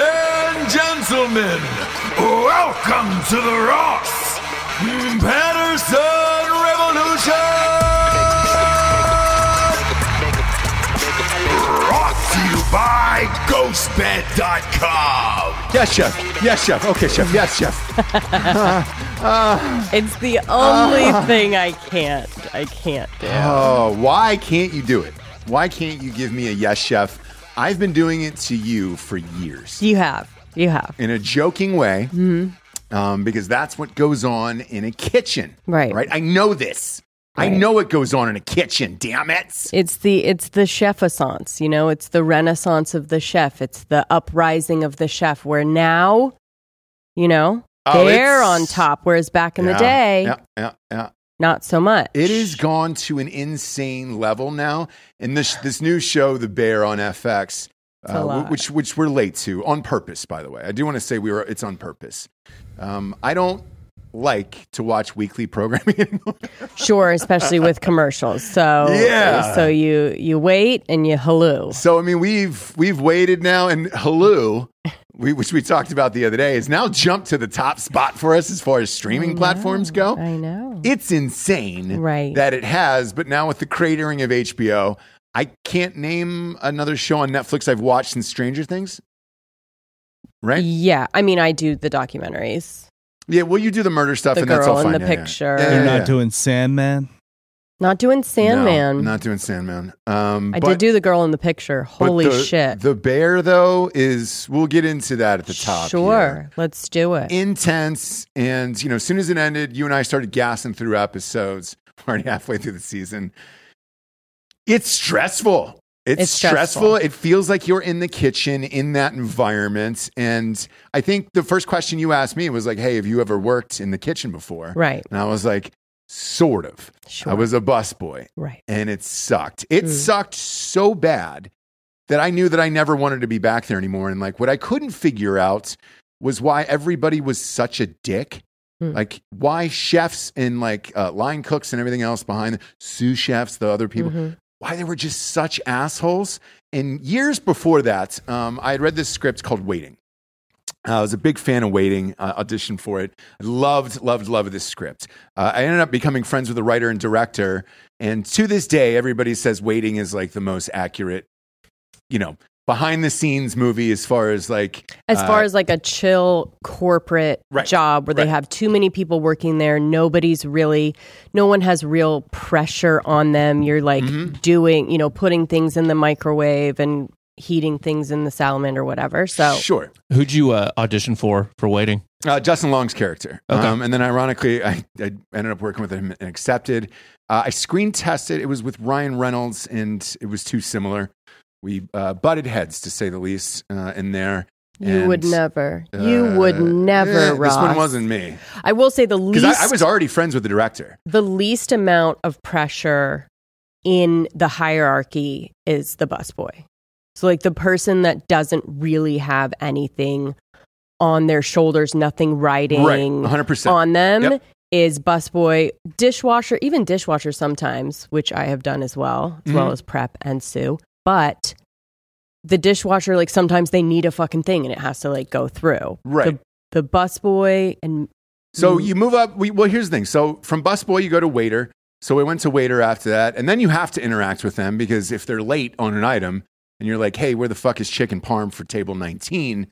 and gentlemen, welcome to the Ross Patterson Revolution! Brought to you by GhostBed.com. Yes, chef. Yes, chef. Okay, chef. Yes, chef. It's the only thing I can't. I can't do. Oh, why can't you do it? Why can't you give me a yes, chef? I've been doing it to you for years You have. You have. in a joking way. Um, because that's what goes on in a kitchen. Mm-hmm. Right. Right. I know this. I Right. know it goes on in a kitchen, damn it. It's the it's the chef essence, you know. It's the renaissance of the chef. It's the uprising of the chef. Where now, you know, Oh, they're it's- on top. Whereas back in the Yeah, day, Yeah, yeah, yeah. not so much. It has gone to an insane level now, and this this new show, The Bear on FX, a lot. which which we're late to on purpose, by the way. I do want to say we were it's on purpose. Um, I don't like to watch weekly programming anymore. sure, especially with commercials. So Yeah. so you you wait and you halloo. So I mean, we've we've waited now, and Hulu, we, which we talked about the other day, has now jumped to the top spot for us as far as streaming platforms go. I know. it's insane Right. that it has but now with the cratering of hbo i can't name another show on netflix i've watched since stranger things right Yeah, I mean, I do the documentaries. yeah well you do the murder stuff The and that's girl all fine in the Yeah, yeah. picture. Yeah, yeah, They're yeah. not doing Sandman. Not doing Sandman. no, not doing sandman um I but- did do the girl in the picture. but Holy the- shit! the bear though is we'll get into that at the top Sure, here. let's do it. intense and you know as soon as it ended you and i started gassing through episodes We're already halfway through the season it's stressful it's, It's stressful. stressful. it feels like you're in the kitchen in that environment and i think the first question you asked me was like hey have you ever worked in the kitchen before right, and i was like sort of sure. i was a busboy right. and it sucked. It Mm. sucked so bad that I knew that I never wanted to be back there anymore. And like what I couldn't figure out was why everybody was such a dick Like why chefs and like uh, line cooks and everything else behind the sous chefs, the other people, why they were just such assholes. And years before that, um, I had read this script called Waiting. I was a big fan of Waiting, uh, auditioned for it. I loved, loved, loved this script. Uh, I ended up becoming friends with the writer and director. And to this day, everybody says Waiting is like the most accurate, you know, behind the scenes movie as far as like. As uh, far as like a chill corporate Right, job where right. they have too many people working there, nobody's really, no one has real pressure on them. You're like Mm-hmm. doing, you know, putting things in the microwave and heating things in the salamander or whatever. So Sure. Who'd you uh, audition for for waiting? Uh, Justin Long's character. Okay. Um, and then ironically, I, I ended up working with him and accepted. Uh, I screen tested. It was with Ryan Reynolds, and it was too similar. We uh, butted heads, to say the least, uh, in there. you would And, never, you uh, would eh, never, Ross. This one wasn't me. I will say the Because least, I, I was already friends with the director. the least amount of pressure in the hierarchy is the busboy. So, like the person that doesn't really have anything on their shoulders, nothing riding Right. 100%. on them, Yep. is busboy, dishwasher, even dishwasher sometimes, which I have done as well, as well Mhm. as prep and Sue. But the dishwasher, like sometimes they need a fucking thing and it has to like go through. Right. The, the busboy and So Mm-hmm. you move up. We, well, here's the thing. So from busboy, you go to waiter. So we went to waiter after that, and then you have to interact with them because if they're late on an item, and you're like, "Hey, where the fuck is chicken parm for table 19?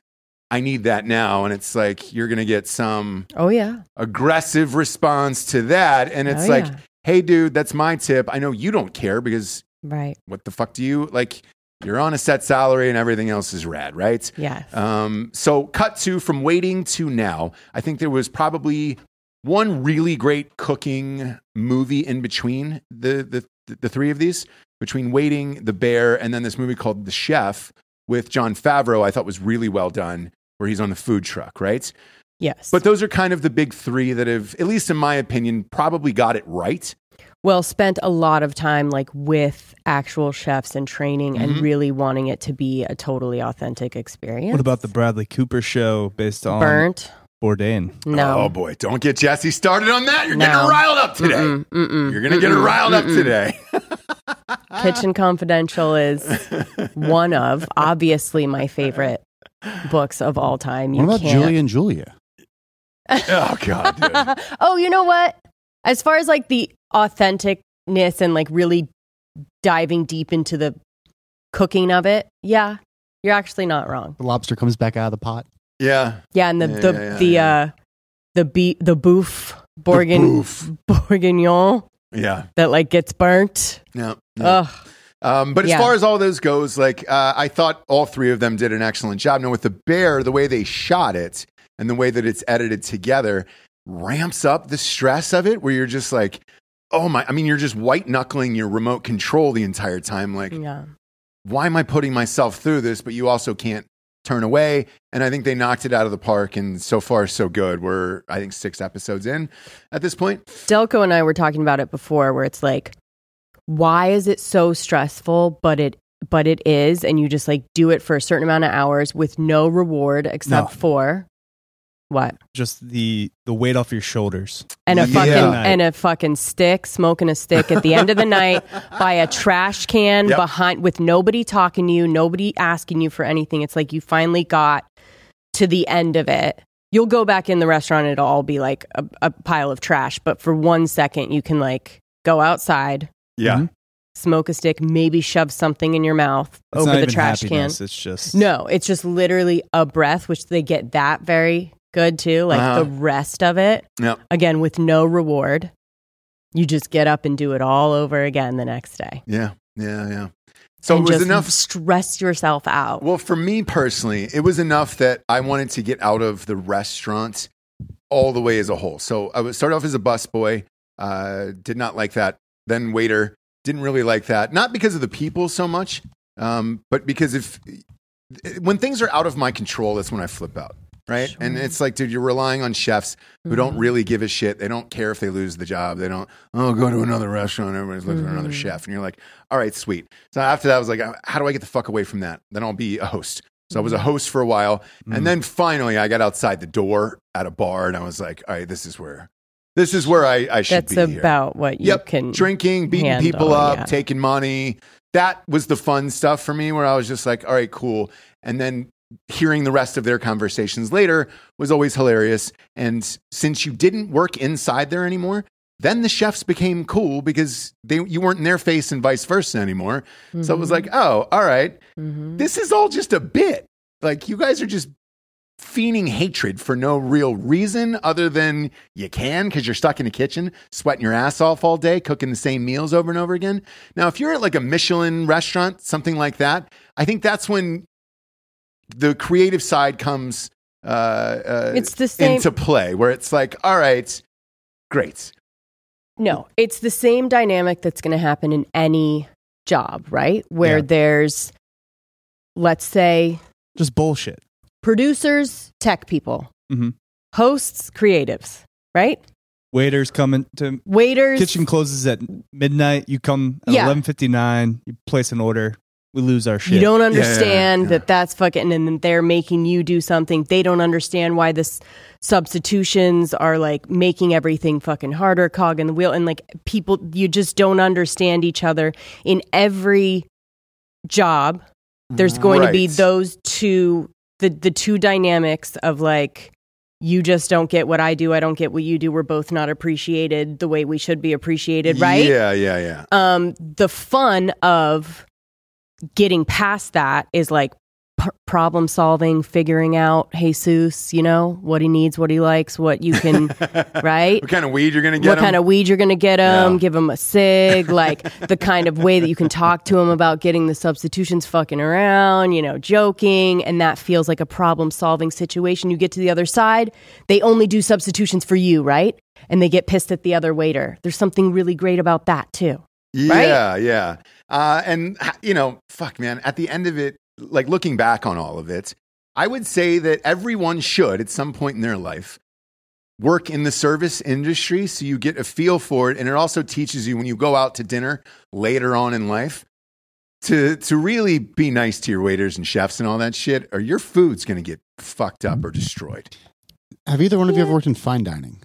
I need that now." And it's like you're gonna get some oh yeah, aggressive response to that, and it's Oh, like, yeah. "Hey, dude, that's my tip. I know you don't care because right, what the fuck do you like? You're on a set salary, and everything else is rad, right?" yes. Um, so cut to from waiting to now. I think there was probably one really great cooking movie in between the the the three of these, between waiting, the bear, and then this movie called The Chef with John Favreau. I thought was really well done, where he's on the food truck, right? Yes. But those are kind of the big three that have, at least in my opinion, probably got it right. well, spent a lot of time like with actual chefs and training and Mm-hmm. really wanting it to be a totally authentic experience. What about the Bradley Cooper show based on burnt? Bourdain? No. Oh boy, don't get Jesse started on that. You're getting No. her riled up today. Mm-mm, Mm, mm-mm, You're gonna Ah. get her mm-mm, riled up mm-mm. today. Kitchen Confidential is one of obviously my favorite books of all time. You What about can't. Julie and Julia? oh god, dude. oh, you know what? As far as like the authenticness and like really diving deep into the cooking of it, yeah, you're actually not wrong. The lobster comes back out of the pot. Yeah. Yeah, and the Yeah, the yeah, yeah, the yeah. uh the be- the boof bourguignon Oof. bourguignon Yeah. that like gets burnt. No. no. Ugh. um, but as Oh, yeah. far as all those goes, like uh, I thought all three of them did an excellent job. Now with the bear, the way they shot it and the way that it's edited together ramps up the stress of it, where you're just like, oh my! I mean, you're just white knuckling your remote control the entire time. Like, Yeah. why am I putting myself through this? But you also can't turn away. And I think they knocked it out of the park. And so far, so good. We're I think six episodes in at this point. Delco and I were talking about it before where it's like why is it so stressful but it but it is and you just like do it for a certain amount of hours with no reward except No. for what? Just the the weight off your shoulders. And a Yeah. fucking Night. and a fucking stick, smoking a stick at the end of the night by a trash can Yep. behind with nobody talking to you, nobody asking you for anything. It's like you finally got to the end of it. You'll go back in the restaurant, it'll all be like a, a pile of trash. But for one second you can like go outside, Yeah. Mm-hmm. smoke a stick, maybe shove something in your mouth It's over not the even trash happiness, can. It's just No, it's just literally a breath, which they get that very good too. Like Uh-huh. the rest of it Yep. again with no reward. You just get up and do it all over again the next day. Yeah, yeah, yeah. So it and was just enough. Stress yourself out. Well, for me personally, it was enough that I wanted to get out of the restaurant all the way as a whole. So I would start off as a busboy. Uh, did not like that. Then waiter. Didn't really like that. Not because of the people so much, um, but because if when things are out of my control, that's when I flip out. Right. And it's like, dude, you're relying on chefs who don't really give a shit. They don't care if they lose the job. They don't, oh, go to another restaurant. Everybody's looking for "Uh, another chef. And you're like, all right, sweet. So after that, I was like, how do I get the fuck away from that? Then I'll be a host. So I was a host for a while. And then finally I got outside the door at a bar and I was like, all right, this is where this is where I, I should That's be. here." about what you yep. can drinking, beating handle, people up, yeah. taking money. That was the fun stuff for me where I was just like, all right, cool. And then hearing the rest of their conversations later was always hilarious. And since you didn't work inside there anymore, then the chefs became cool because they you weren't in their face and vice versa anymore. So it Mm-hmm. was like, oh, all right, this is all just a bit. Like you guys are just fiending hatred for no real reason other than you can because you're stuck in the kitchen, sweating your ass off all day, cooking the same meals over and over again. Now, if you're at like a Michelin restaurant, something like that, I think that's when the creative side comes uh, uh, It's the same- into play, where it's like, all right, great. No, it's the same dynamic that's going to happen in any job, right? Where Yeah. there's, let's say, Just bullshit. producers, tech people, Mm-hmm. Mhm. hosts, creatives, right? Waiters coming to Waiters, kitchen closes at midnight. You come at Yeah. eleven fifty nine. You place an order. We lose our shit. You don't yeah, understand yeah. that that's fucking, and then they're making you do something. They don't understand why this substitutions are like making everything fucking harder, cog in the wheel. And like people, you just don't understand each other in every job. There's going to be Right. those two, the, the two dynamics of like, you just don't get what I do. I don't get what you do. We're both not appreciated the way we should be appreciated, right? Yeah, yeah, yeah. um, the fun of getting past that is like p- problem solving, figuring out Jesus, you know, what he needs, what he likes, what you can, right? What kind of weed you're gonna get? what kind 'em? of weed you're going to get him, Yeah. give him a cig, like the kind of way that you can talk to him about getting the substitutions fucking around, you know, joking. And that feels like a problem solving situation. You get to the other side, they only do substitutions for you, right? And they get pissed at the other waiter. There's something really great about that too. right? Yeah, yeah. Uh, and h- you know, fuck, man. At the end of it, like looking back on all of it, I would say that everyone should, at some point in their life, work in the service industry so you get a feel for it, and it also teaches you when you go out to dinner later on in life. To, to really be nice to your waiters and chefs and all that shit, or your food's gonna get fucked up or destroyed. Have either one of you ever worked in fine dining?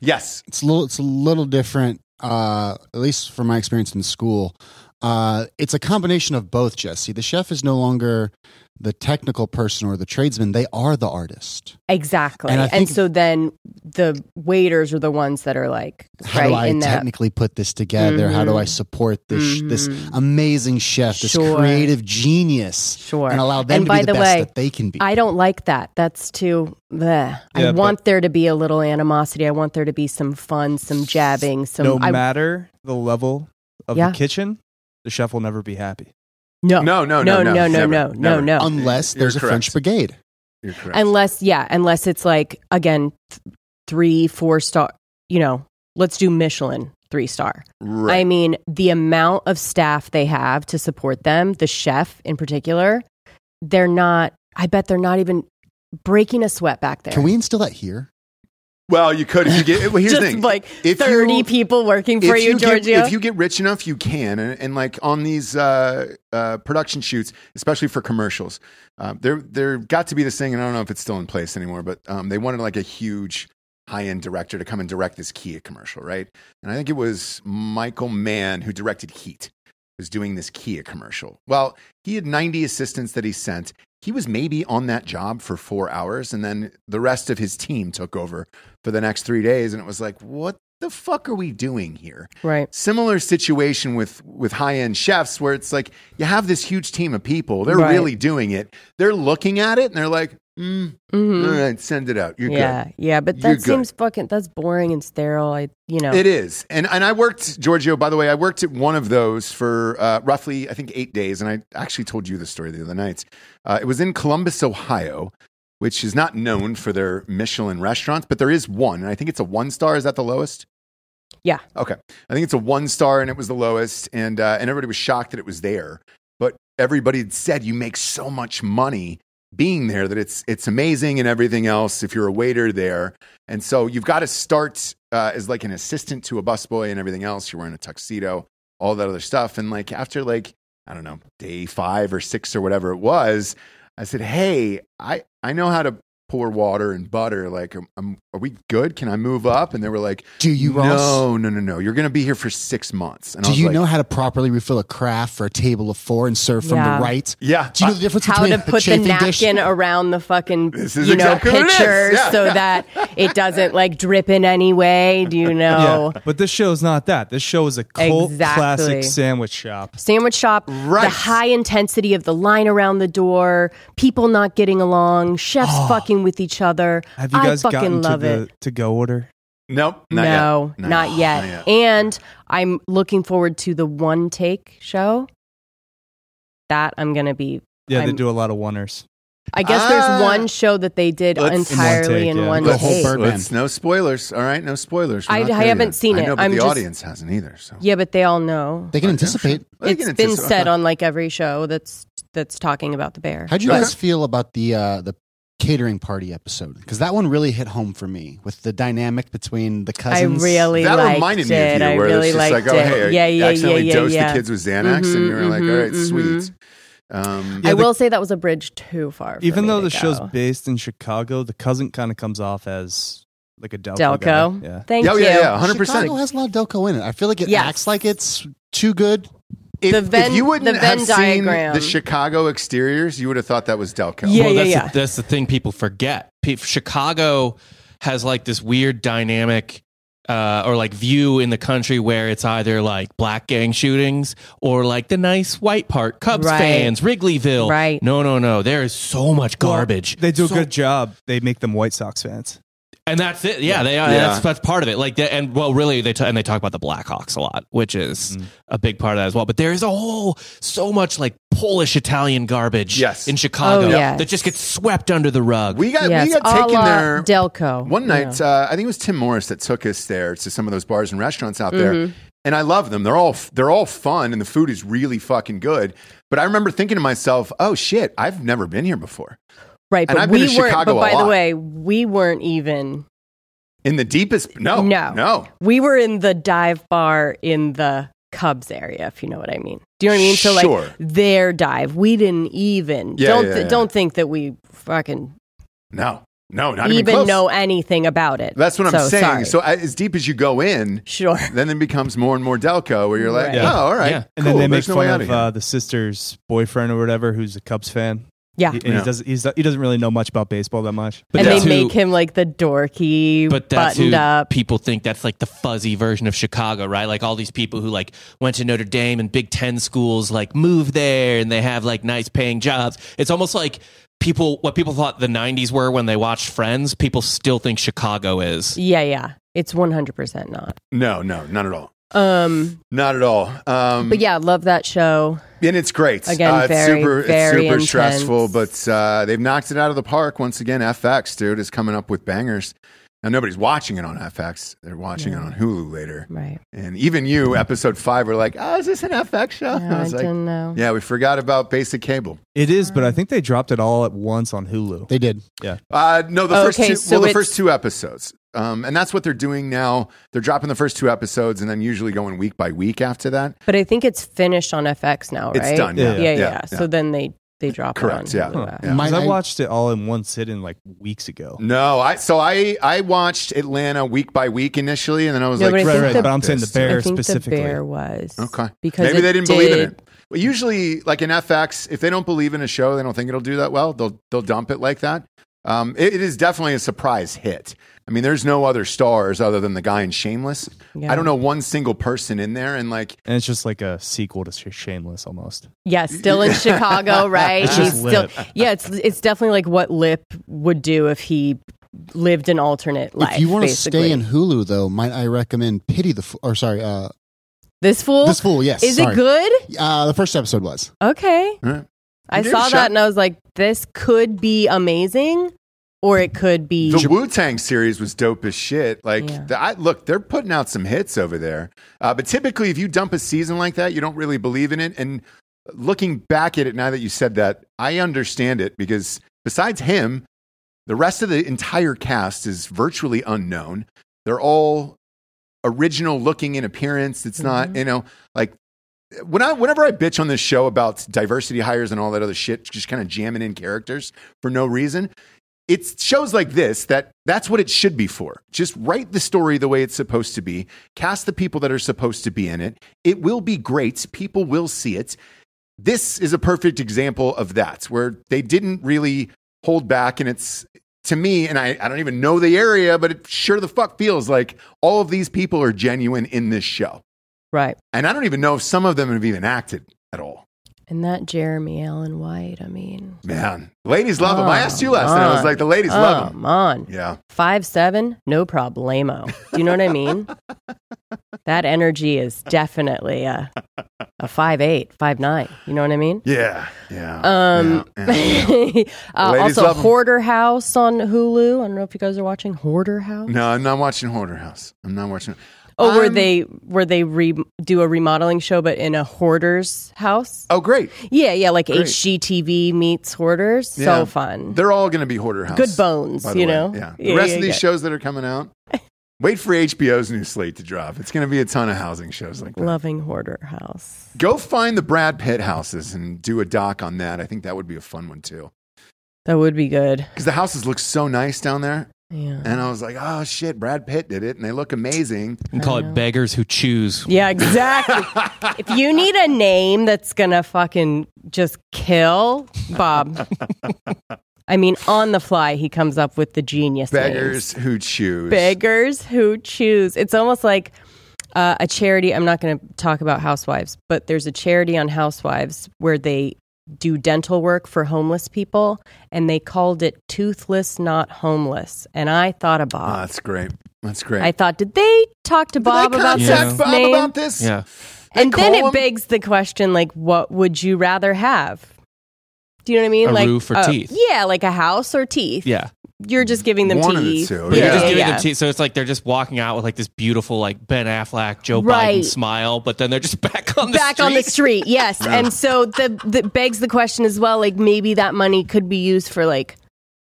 Yes. It's a little, it's a little different, uh, at least from my experience in school. Uh, it's a combination of both, Jesse. The chef is no longer the technical person or the tradesman, they are the artist. Exactly. And I And, think- so then the waiters are the ones that are like, How do right, I in that. Mm-hmm. technically put this together? How do I support this this amazing chef, this Sure. creative genius, Sure. and allow them And to by be the, the best way, that they can be? I don't like that. That's too. bleh. I Yeah, but- want there to be a little animosity. I want there to be some fun, some jabbing, some. no I, matter the level of Yeah. the kitchen, the chef will never be happy. no, No, no, no, no, no, no, never, no, no, never. no. Unless there's You're a French correct. brigade. You're correct. Unless, yeah, unless it's like again, th- three, four star. You know, let's do Michelin three star. I right. mean, the amount of staff they have to support them, the chef in particular, they're not, I bet they're not even breaking a sweat back there. Can we instill that here? well, you could if you get. Well, here's Just the thing. like If 30 you- people working for if you, get, Giorgio? If you get rich enough, you can. And, and like on these uh, uh, production shoots, especially for commercials, uh, there there got to be this thing, and I don't know if it's still in place anymore, but um, they wanted like a huge high end director to come and direct this Kia commercial, right? And I think it was Michael Mann who directed Heat was doing this Kia commercial. Well, he had 90 assistants that he sent. He was maybe on that job for four hours, and then the rest of his team took over for the next three days. And it was like, what the fuck are we doing here? right. Similar situation with with high end chefs, where it's like you have this huge team of people. They're Right. really doing it. They're looking at it and they're like, mm, Mhm. all right, send it out. You're good. Yeah, yeah, but You're that good. seems fucking, that's boring and sterile. I, you know, It is, and and I worked Giorgio. By the way, I worked at one of those for uh, roughly I think eight days, and I actually told you the story the other night. Uh, it was in Columbus, Ohio, which is not known for their Michelin restaurants, but there is one, and I think it's a one star. Is that the lowest? Yeah. Okay, I think it's a one star, and it was the lowest, and uh, and everybody was shocked that it was there, but everybody had said you make so much money being there that it's it's amazing and everything else if you're a waiter there and so you've got to start uh, as like an assistant to a busboy and everything else. You're wearing a tuxedo, all that other stuff. And like after like, I don't know, day five or six or whatever it was, I said, "Hey, I I know how to pour water and butter. Like, am- am- are we good? Can I move up?" And they were like, Do you, no, Ross? No, no, no, You're going to be here for six months." And I Do was you like, know how to properly refill a craft for a table of four and serve from Yeah. the right? Yeah, Do you know the difference How between to a put the chafing napkin dish? around the fucking This is you know exactly what it is. picture Yeah, so yeah. that it doesn't like drip in any way. Do you know? But this show is not that. This show is a cult Oh. Exactly. classic sandwich shop. Sandwich shop, Right. the high intensity of the line around the door, people not getting along, chefs Oh. fucking with each other. Have you I guys fucking gotten to love the it. to go order? nope, not no, yet. not yet. And I'm looking forward to the one take show. That I'm gonna be. Yeah, they I'm- do a lot of oneers. I guess Ah. there's one show that they did Let's- In one entirely take, in yeah. one The Let's, whole take. bird- Birdman. let's- no spoilers. All right, no spoilers. We're I- not there I haven't yet. seen I it. know, but I'm the just- audience hasn't either. So Yeah, but they all know. They can Okay. anticipate. They can it's been anticipate. said on like every show that's that's talking about the bear. How'd you Okay. guys feel about the uh, the catering party episode? Because that one really hit home for me with the dynamic between the I cousins. really that liked reminded me it. of you, I where really it's just liked like, it. oh, hey, yeah, I yeah, yeah, accidentally yeah, dosed yeah. the kids with Xanax, and Mhm, you were like, all mhm, right, mhm. sweet. Um, I Yeah, the- will say that was a bridge too far. for Even me though to the show's go. based in Chicago, the cousin kind of comes off as like a Delco. guy. Delco. Yeah. Thank yeah, oh, you. yeah, yeah, hundred percent. Chicago has a lot of Delco in it. I feel like it Yes. acts like it's too good. If, The if Venn- you wouldn't the have Venn seen diagram. the Chicago exteriors, you would have thought that was Delco. Yeah, well, yeah, that's yeah. The, that's the thing people forget. Pe- Chicago has like this weird dynamic uh, or like view in the country where it's either like black gang shootings or like the nice white part, Cubs Right. fans, Wrigleyville. Right. No, no, no. There is so much garbage. They do a So- good job. They make them White Sox fans. and that's it. Yeah, they are. Yeah. That's, that's part of it. Like, they, and well, really, they t- and they talk about the Blackhawks a lot, which is Mm-hmm. a big part of that as well. But there is a whole so much like Polish Italian garbage Yes. in Chicago Oh, yes. that just gets swept under the rug. we got Yes, we got a taken la there. Delco. One night, Yeah. uh, I think it was Tim Morris that took us there to some of those bars and restaurants out Mm-hmm. there. And I love them. They're all they're all fun, and the food is really fucking good. But I remember thinking to myself, "Oh shit, I've never been here before." right, and but I've been we to weren't. Chicago But a by lot. the way, we weren't even. In the deepest, no, No. no. We were in the dive bar in the Cubs area, if you know what I mean. Do you know what I mean? So Sure. like their dive, we didn't even. Yeah, don't yeah, th- yeah. don't think that we fucking No, no, not even, even, close. know anything about it. That's what I'm So, saying. sorry. So I, as deep as you go in, sure. then it becomes more and more Delco, where you're like, Right. Yeah. oh, all right, Yeah. cool, And then they make there's no fun way out of, of here. uh, the sister's boyfriend or whatever, who's a Cubs fan. Yeah. He- and Yeah. he doesn't. He's, he doesn't really know much about baseball that much. But and they that's who- make him like the dorky, but that's buttoned who up. people think that's like the fuzzy version of Chicago, right? Like all these people who like went to Notre Dame and Big Ten schools, like move there and they have like nice paying jobs. It's almost like people what people thought the '90s were when they watched Friends. People still think Chicago is. Yeah, yeah. It's 100% not. no, no, not at all, Um, not at all. Um, but yeah, love that show. and it's great. Again, uh, it's very, super, it's very super intense. stressful, but uh, they've knocked it out of the park once again. FX dude is coming up with bangers. Now nobody's watching it on FX; they're watching it on Hulu later. Right. And even you, episode five, were like, "Oh, is this an FX show?" No, I, was like, don't know. "Yeah, we forgot about basic cable." It is, Um, but I think they dropped it all at once on Hulu. They did. Uh, no, the first Okay, two, so well, the it's- first two episodes, um, and that's what they're doing now. They're dropping the first two episodes, and then usually going week by week after that. But I think it's finished on FX now, right? It's done. Yeah, Yeah, yeah. yeah. So then they they drop Correct, it yeah. on Huh. Hulu. Yeah. 'Cause My- I Mm. I- watched it all in one sitting like weeks ago. No, I so I I watched Atlanta week by week initially, and then I was No, like, but I Right, think right. the- but I'm saying the This- bear I think specifically. the bear was okay, because maybe it they didn't believe in did- it. Well, usually, like in FX, if they don't believe in a show, they don't think it'll do that well. They'll they'll dump it like that. Um, it- it is definitely a surprise hit. I mean, there's no other stars other than the guy in Shameless. Yeah. I don't know one single person in there, and like And it's just like a sequel to Sh- Shameless almost. Yeah, still in Chicago, right? It's just He's Lip. still yeah. It's it's definitely like what Lip would do if he lived an alternate life. if you want to basically. stay in Hulu, though, might I recommend Pity the Fool? Or sorry, uh, this fool, This Fool, yes. is sorry. it good? Uh, the first episode was. Okay. Right. I Give it a saw shot. that and I was like, this could be amazing or it could be. The Wu Tang series was dope as shit. Like, Yeah. the, I, look, they're putting out some hits over there. Uh, but typically, if you dump a season like that, you don't really believe in it. And looking back at it now that you said that, I understand it because besides him, the rest of the entire cast is virtually unknown. They're all original looking in appearance. It's not, you know, like when I whenever I bitch on this show about diversity hires and all that other shit, just kind of jamming in characters for no reason. It's shows like this that that's what it should be for. Just write the story the way it's supposed to be. Cast the people that are supposed to be in it. It will be great. People will see it. This is a perfect example of that, where they didn't really hold back, and it's to me, and I, I don't even know the area, but it sure the fuck feels like all of these people are genuine in this show. Right. And I don't even know if some of them have even acted at all. And that Jeremy Allen White, I mean, Man, ladies love him. I asked you Come last night. I was on. like, the ladies love him. come on. Yeah. Oh, Five seven, no problemo. Do you know what I mean? that energy is definitely a a five eight, five nine. You know what I mean? Yeah. Yeah. Um, yeah, yeah. uh, Ladies also love 'em. Hoarder House on Hulu. I don't know if you guys are watching Hoarder House. No, Um, I'm not watching Hoarder House. I'm not watching. Oh, where I'm- they where they re- do a remodeling show, but in a hoarder's house. Oh, great. Yeah, yeah, like Great. HGTV meets hoarders. Yeah. So fun. They're all going to be Hoarder House. Good bones, by the you way. know. Yeah. The rest yeah, of these yeah. shows that are coming out. Wait for HBO's new slate to drop. It's going to be a ton of housing shows like that. Loving hoarder house. Go find the Brad Pitt houses and do a doc on that. I think that would be a fun one too. That would be good. Because the houses look so nice down there. Yeah. And I was like, oh shit, Brad Pitt did it, and they look amazing. And call Oh. it beggars who choose. Yeah, exactly. if you need a name that's gonna fucking just kill Bob, I mean, on the fly, he comes up with the genius names. Beggars who choose. beggars who choose. It's almost like uh, a charity. I'm not going to talk about housewives, but there's a charity on housewives where they do dental work for homeless people, and they called it Toothless Not Homeless. And I thought about. Oh, that's great. That's great. I thought, did they talk to Bob Did they about contact this Yeah. Bob name? about this? Yeah. and They then call it him- begs the question, like, what would you rather have? Do you know what I mean? A like roof or teeth? Yeah, like a house or teeth. Yeah. You're just giving them One of the teeth. two, But yeah. you're just Yeah, giving them tea. So it's like they're just walking out with like this beautiful like Ben Affleck, Joe Right. Biden smile, but then they're just back on the back street. on the street. Yes, and so the, the begs the question as well. Like maybe that money could be used for like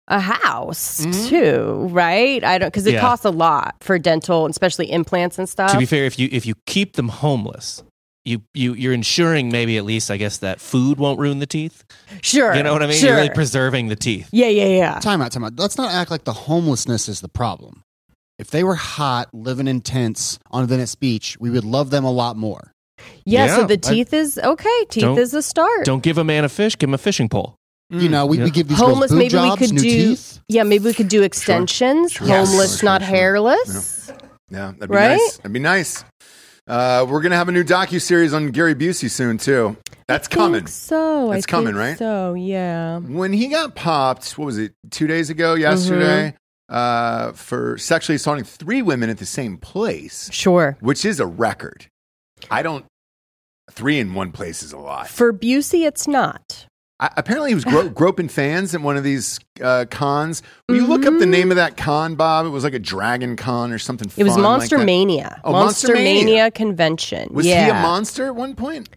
a house too, right? I don't because it Mm-hmm. Yeah. costs a lot for dental, especially implants and stuff. To be fair, if you if you keep them homeless, you you you're ensuring maybe at least I guess that food won't ruin the teeth. sure, You know what I mean? Sure. You're really preserving the teeth. yeah, yeah, yeah. Time out, time out. Let's not act like the homelessness is the problem. If they were hot, living in tents on Venice Beach, we would love them a lot more. Yeah. so Yeah, the I- teeth is okay. Teeth Don't- is a start. Don't give a man a fish, give him a fishing pole. You know, we, yeah. we give these homeless. girls boob Maybe jobs, we could new do. teeth. Yeah, maybe we could do extensions. Sure. Yes. Homeless, not Sure, sure, sure. hairless. Yeah, that'd be Right? nice. That'd be nice. Uh, we're gonna have a new docu series on Gary Busey soon too. That's I think coming. So I It's coming, think right? So yeah. When he got popped, what was it? Two days ago, yesterday, Mm-hmm. uh, for sexually assaulting three women at the same place, Sure. which is a record. I don't. Three in one place is a lot. For Busey, it's not. I, apparently, he was gro- groping fans at one of these uh, cons. Will you look up the name of that con, Bob? It was like a dragon con or something. It was fun like Monster that. Mania. Oh, Monster Monster Mania. Mania. convention. Was yeah. he a monster at one point?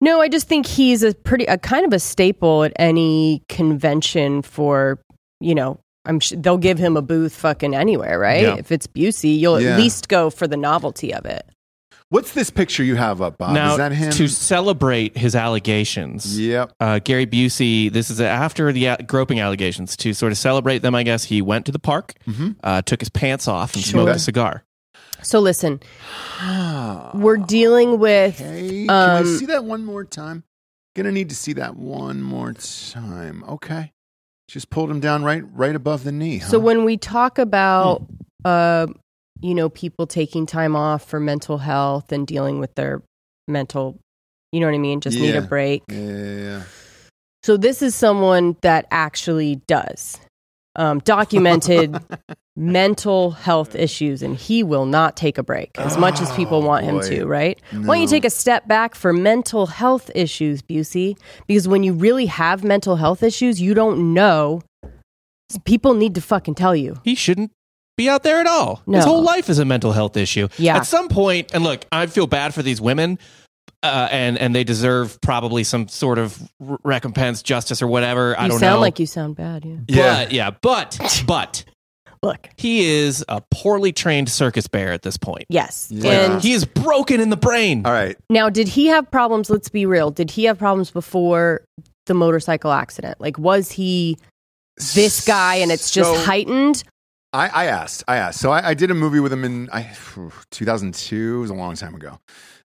No, I just think he's a pretty, a kind of a staple at any convention for, you know, I'm sh- they'll give him a booth fucking anywhere, right? Yeah. If it's Busey, you'll Yeah. at least go for the novelty of it. What's this picture you have up, Bob? now is that him? to celebrate his allegations. yep. uh, Gary Busey. This is after the uh, groping allegations. To sort of celebrate them, I guess he went to the park, Mm-hmm. uh, took his pants off, and smoked a cigar. So listen, we're dealing with Okay. Can um, we see that one more time? Gonna need to see that one more time. Okay. Just pulled him down right right above the knee. So huh? when we talk about Hmm. uh you know people taking time off for mental health and dealing with their mental you know what I mean, just need Yeah. a break. Yeah, yeah, yeah. So this is someone that actually does um, documented mental health issues, and he will not take a break as much as people Oh, want him boy. to. Right? Why don't you No. take a step back for mental health issues, Busey? Because when you really have mental health issues, you don't know. People need to fucking tell you. He shouldn't be out there at all. No. His whole life is a mental health issue. Yeah. At some point, and look, I feel bad for these women. Uh, and and they deserve probably some sort of r- recompense, justice, or whatever. I you don't sound know. like you sound bad. Yeah. yeah, yeah, but but Look, He is a poorly trained circus bear at this point. yes. Yeah. And He is broken in the brain. All right. now, did he have problems? Let's be real. Did he have problems before the motorcycle accident? Like, was he this guy and it's just So- heightened? I, I asked. I asked. So I, I did a movie with him in I, 2002. It was a long time ago.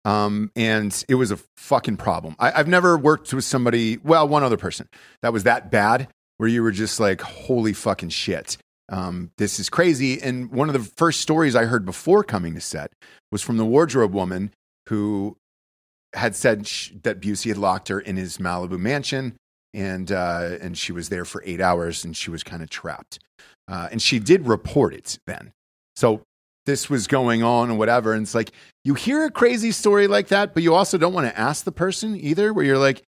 Um, and it was a fucking problem. I, I've never worked with somebody, well, one other person that was that bad where you were just like, holy fucking shit. Um, this is crazy. And one of the first stories I heard before coming to set was from the wardrobe woman who had said sh- that Busey had locked her in his Malibu mansion. And, uh, and she was there for eight hours and she was kind of trapped uh, and she did report it then. So this was going on and whatever. And it's like you hear a crazy story like that, but you also don't want to ask the person either, where you're like,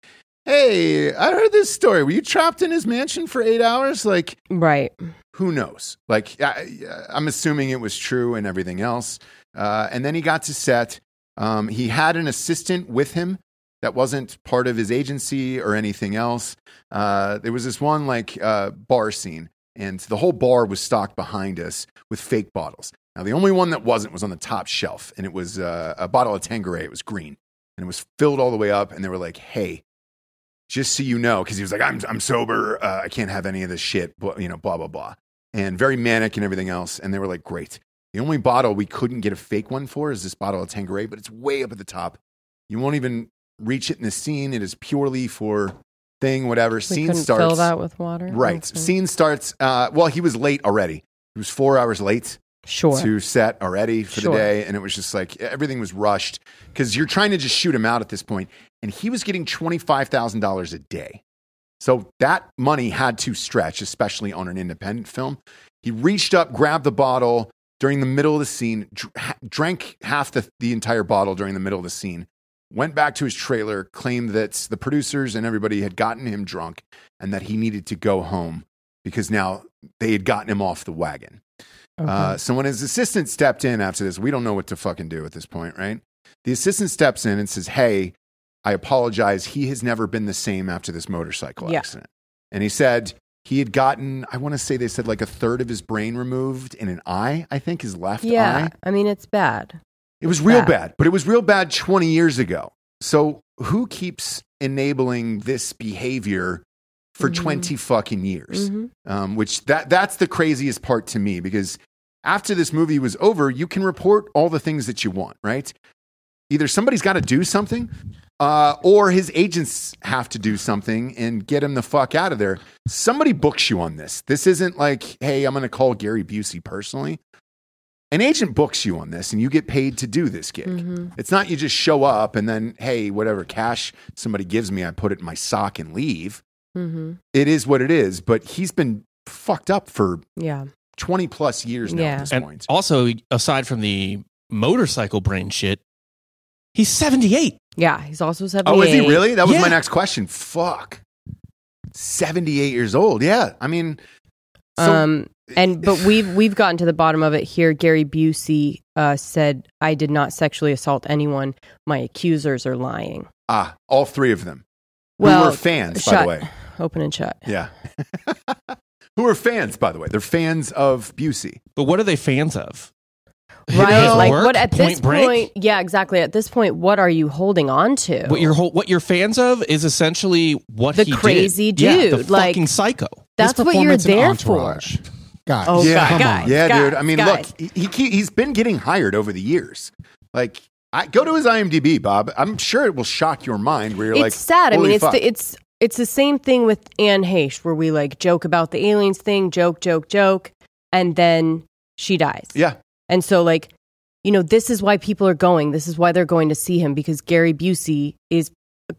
"Hey, I heard this story. Were you trapped in his mansion for eight hours?" Like, Right. who knows? Like, I, I'm assuming it was true and everything else. Uh, and then he got to set. Um, he had an assistant with him that wasn't part of his agency or anything else. Uh, there was this one like uh, bar scene, and the whole bar was stocked behind us with fake bottles. Now, the only one that wasn't was on the top shelf, and it was uh, a bottle of Tanqueray. It was green, and it was filled all the way up. And they were like, "Hey, just so you know," because he was like, "I'm I'm sober. Uh, I can't have any of this shit." But you know, blah blah blah and very manic and everything else. And they were like, great. The only bottle we couldn't get a fake one for is this bottle of Tanqueray, but it's way up at the top. You won't even reach it in the scene. It is purely for thing, whatever. We scene couldn't starts. fill that with water. Oh, right. Okay. Scene starts. Uh, well, he was late already. He was four hours late Sure. to set already for Sure. the day. And it was just like everything was rushed because you're trying to just shoot him out at this point. And he was getting $25,000 a day. So that money had to stretch, especially on an independent film. He reached up, grabbed the bottle during the middle of the scene, dr- ha- drank half the, the entire bottle during the middle of the scene, went back to his trailer, claimed that the producers and everybody had gotten him drunk and that he needed to go home because now they had gotten him off the wagon. Okay. Uh, so when his assistant stepped in after this, we don't know what to fucking do at this point, right? The assistant steps in and says, "Hey, I apologize. He has never been the same after this motorcycle Yeah. accident." And he said he had gotten, I want to say they said like a third of his brain removed and an eye, I think his left eye. yeah. I mean, it's bad. It was real bad. bad, but it was real bad 20 years ago. So who keeps enabling this behavior for Mhm. 20 fucking years? Mhm. um, which that that's the craziest part to me because after this movie was over, you can report all the things that you want, right? Either somebody's got to do something, uh, or his agents have to do something and get him the fuck out of there. Somebody books you on this. This isn't like, hey, I'm going to call Gary Busey personally. An agent books you on this, and you get paid to do this gig. Mm-hmm. It's not you just show up and then, hey, whatever cash somebody gives me, I put it in my sock and leave Mm-hmm. it is what it is, but he's been fucked up for Yeah. 20 plus years now Yeah. at this and point. also, aside from the motorcycle brain shit, he's 78. Yeah. He's also 78. Oh, is he really? That was my Yeah. next question. Fuck. 78 years old. Yeah. I mean, so um, and but we've we've gotten to the bottom of it here. Gary Busey uh, said, "I did not sexually assault anyone. My accusers are lying." ah, all three of them. Well, who were fans, by shut. the way. Open and shut. Yeah. who are fans, by the way. They're fans of Busey. But what are they fans of? Right? His Like work? what at this Point Break? point? Yeah, exactly. At this point, what are you holding on to? What you're whole, what you're fans of is essentially what Oh. The he did. crazy Yeah, the dude, like- fucking psycho. That's His what you're performance in there for. Entourage. Guys, Oh, Yeah. God, Come guys, on. Yeah, guys, dude. I mean, guys. look, he, he he's been getting hired over the years. Like, I, go to his IMDb, Bob. I'm sure it will shock your mind. Where you're it's like, sad. I "Holy mean, it's fuck." the, it's it's the same thing with Anne Heche, where we like joke about the aliens thing, joke, joke, joke, and then she dies. yeah, And so, like, you know, this is why people are going. This is why they're going to see him because Gary Busey is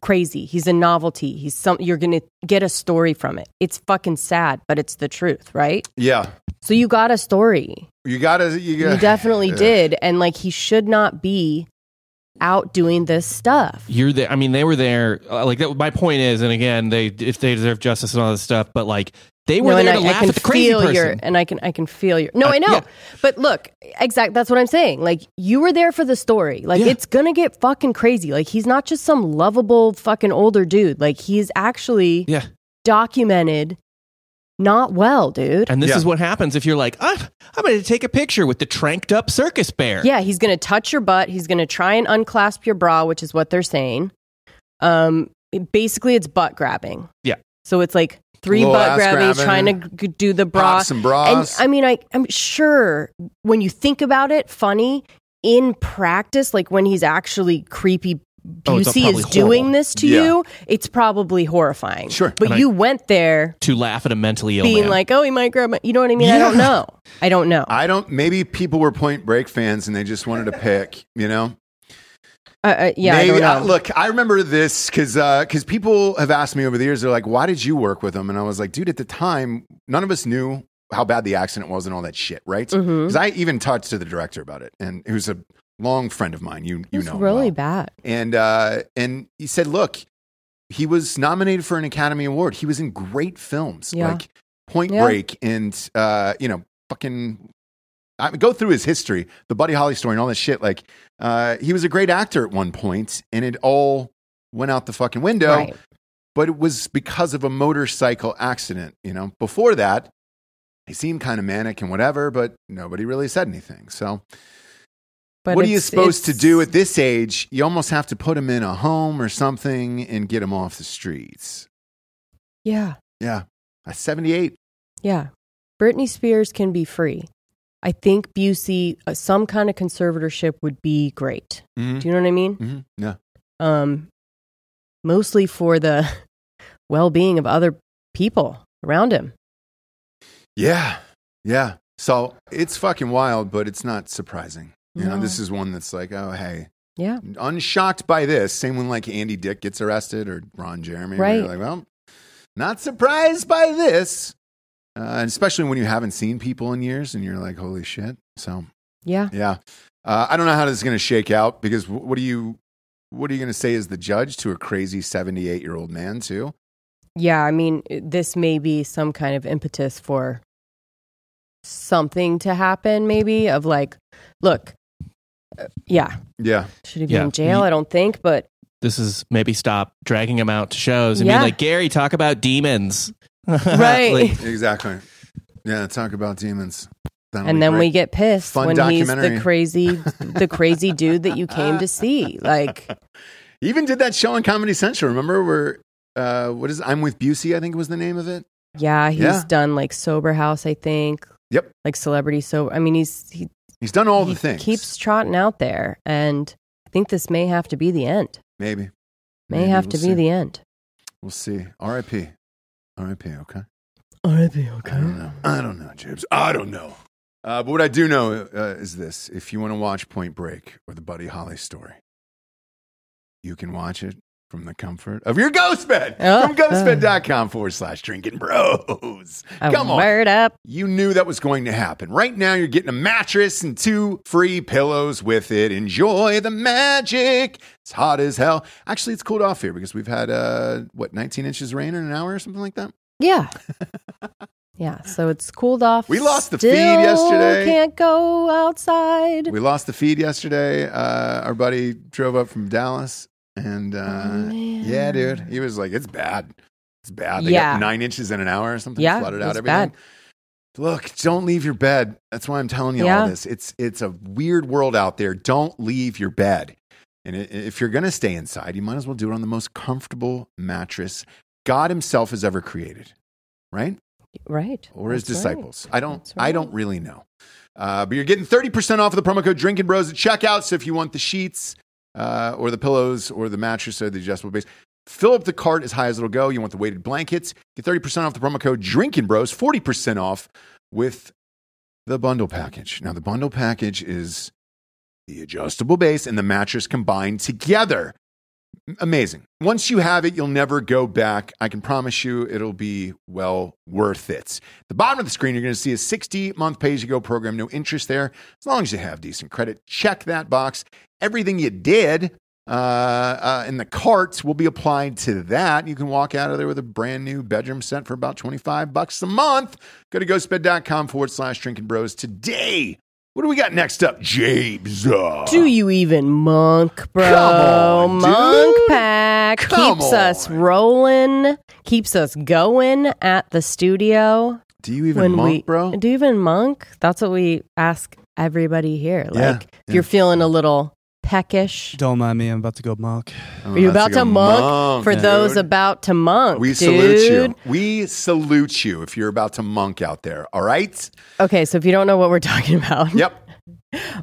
crazy. He's a novelty. He's some. You're gonna get a story from it. It's fucking sad, but it's the truth, right? yeah. So you got a story. You gotta, you You gotta. definitely Yeah. did, and like, he should not be out doing this stuff. You're there. I mean, they were there. uh, Like that. My point is, and again, they if they deserve justice and all this stuff, but like they were No, and there I, to I laugh can at the crazy feel person. your, and I can I can feel your. No, Uh, I know, yeah. but look, exact. That's what I'm saying. Like you were there for the story. Like Yeah. it's gonna get fucking crazy. Like he's not just some lovable fucking older dude. Like he's actually yeah. documented not well, dude. And this Yeah. is what happens if you're like, ah, I'm going to take a picture with the tranked up circus bear. Yeah, he's going to touch your butt. He's going to try and unclasp your bra, which is what they're saying. Um, it- basically, it's butt grabbing. Yeah. So it's like three Little butt ass grabbing, grabbing. trying to g- do the bra. Pops and And bras. I mean, I, I'm sure when you think about it, funny in practice, like when he's actually creepy. Oh, it's Busey probably is doing horrible. this to Yeah. you, it's probably horrifying. Sure. But And I- you went there To laugh at a mentally ill being man. like, oh, he might grab my. You know what I mean? I don't Yeah. know. I don't know. I don't. Maybe people were Point Break fans and they just wanted to pick. You know. Uh, uh, yeah, Maybe, I don't know. uh, look, I remember this because because people have asked me over the years. They're like, "Why did you work with him?" And I was like, "Dude, at the time, none of us knew how bad the accident was and all that shit, right?" Because Mhm. I even talked to the director about it, and who's a long friend of mine. You you It's know, him really well. bad. and uh, and he said, "Look, he was nominated for an Academy Award. He was in great films Yeah. like Point Yeah. Break and uh, you know, fucking." I mean, go through his history, the Buddy Holly story, and all that shit. Like, uh, he was a great actor at one point, and it all went out the fucking window. Right. But it was because of a motorcycle accident. You know, before that, he seemed kind of manic and whatever, but nobody really said anything. So, But what are you it's- supposed to it's- do at this age? You almost have to put him in a home or something and get him off the streets. Yeah, Yeah. A 78. yeah. Britney Spears can be free. I think Busey, uh, some kind of conservatorship would be great. Mhm. Do you know what I mean? Mm-hmm. Yeah. Um, mostly for the well-being of other people around him. Yeah. Yeah. So it's fucking wild, but it's not surprising. You know, No. this is one that's like, oh, hey, Yeah, unshocked by this. Same when like Andy Dick gets arrested or Ron Jeremy. where Right. you're Like, well, not surprised by this. Uh, and especially when you haven't seen people in years and you're like, holy shit. So yeah. Yeah. Uh, I don't know how this is going to shake out because wh- what do you what are you going to say as the judge to a crazy 78-year-old man too? Yeah, I mean, it- this may be some kind of impetus for something to happen, maybe, of like, look, uh, yeah, Yeah. should he be Yeah. in jail? Ye- I don't think, but this is maybe stop dragging him out to shows and Yeah. be like, Gary, talk about demons. Right. Like, Exactly. Yeah, talk about demons. That'll be and then great. we get pissed Fun when he's the documentary. crazy the crazy dude that you came to see like He even did that show on Comedy Central. Remember where uh, what is it? I'm with Busey, I think was the name of it. yeah he's Yeah. done like sober house i think Yep. like celebrity sober i mean he's he, He's done all he the things. keeps trotting out there and i think this may have to be the end maybe. may Maybe. have to We'll be see. the end We'll see. R.I.P. R.I.P. Okay. I okay don't know. I don't know, James. I don't know. Uh, but what I do know uh, is this: if you want to watch Point Break or the Buddy Holly story, you can watch it from the comfort of your ghost bed Oh. from ghostbed.com forward slash drinking bros. Come on. word up You knew that was going to happen. Right now, you're getting a mattress and two free pillows with it. Enjoy the magic. It's hot as hell. Actually, it's cooled off here because we've had, uh, what, 19 inches of rain in an hour or something like that? yeah yeah so it's cooled off We lost the feed Still yesterday. can't go outside We lost the feed yesterday. Uh, our buddy drove up from Dallas, and uh, Oh, man. yeah, dude, he was like, "It's bad, it's bad." They Yeah. got nine inches in an hour or something. Yeah, flooded it out was everything. bad. Look, don't leave your bed. That's why I'm telling you Yeah. all this. It's it's a weird world out there. Don't leave your bed, and i- if you're gonna stay inside, you might as well do it on the most comfortable mattress God Himself has ever created, right? right or his That's right. disciples. I don't That's right. I don't really know. Uh, but you're getting 30% off of the promo code Drinking Bros at checkout. So if you want the sheets uh, or the pillows or the mattress or the adjustable base, fill up the cart as high as it'll go. You want the weighted blankets. Get 30% off the promo code Drinking Bros, 40% off with the bundle package. Now, the bundle package is the adjustable base and the mattress combined together. M- Amazing. Once you have it, you'll never go back. I can promise you it'll be well worth it. The bottom of the screen, you're going to see a 60 month pay as you go program. No interest there. As long as you have decent credit, check that box. Everything you did uh, uh, in the carts will be applied to that. You can walk out of there with a brand new bedroom set for about 25 bucks a month. Go to ghostbed.com forward slash drinking bros today What do we got next up, James? Uh, Do you even monk, bro? Come on, monk dude. pack Come keeps us on. rolling, keeps us going at the studio. do you even monk, we, bro? Do you even monk? That's what we ask everybody here. Like, Yeah, if you're feeling a little peckish, Don't mind me. I'm about to go monk. Oh, are you that's like about a to monk? For dude. those about to monk, we dude. salute you. We salute you if you're about to monk out there. All right. Okay, so if you don't know what we're talking about, Yep.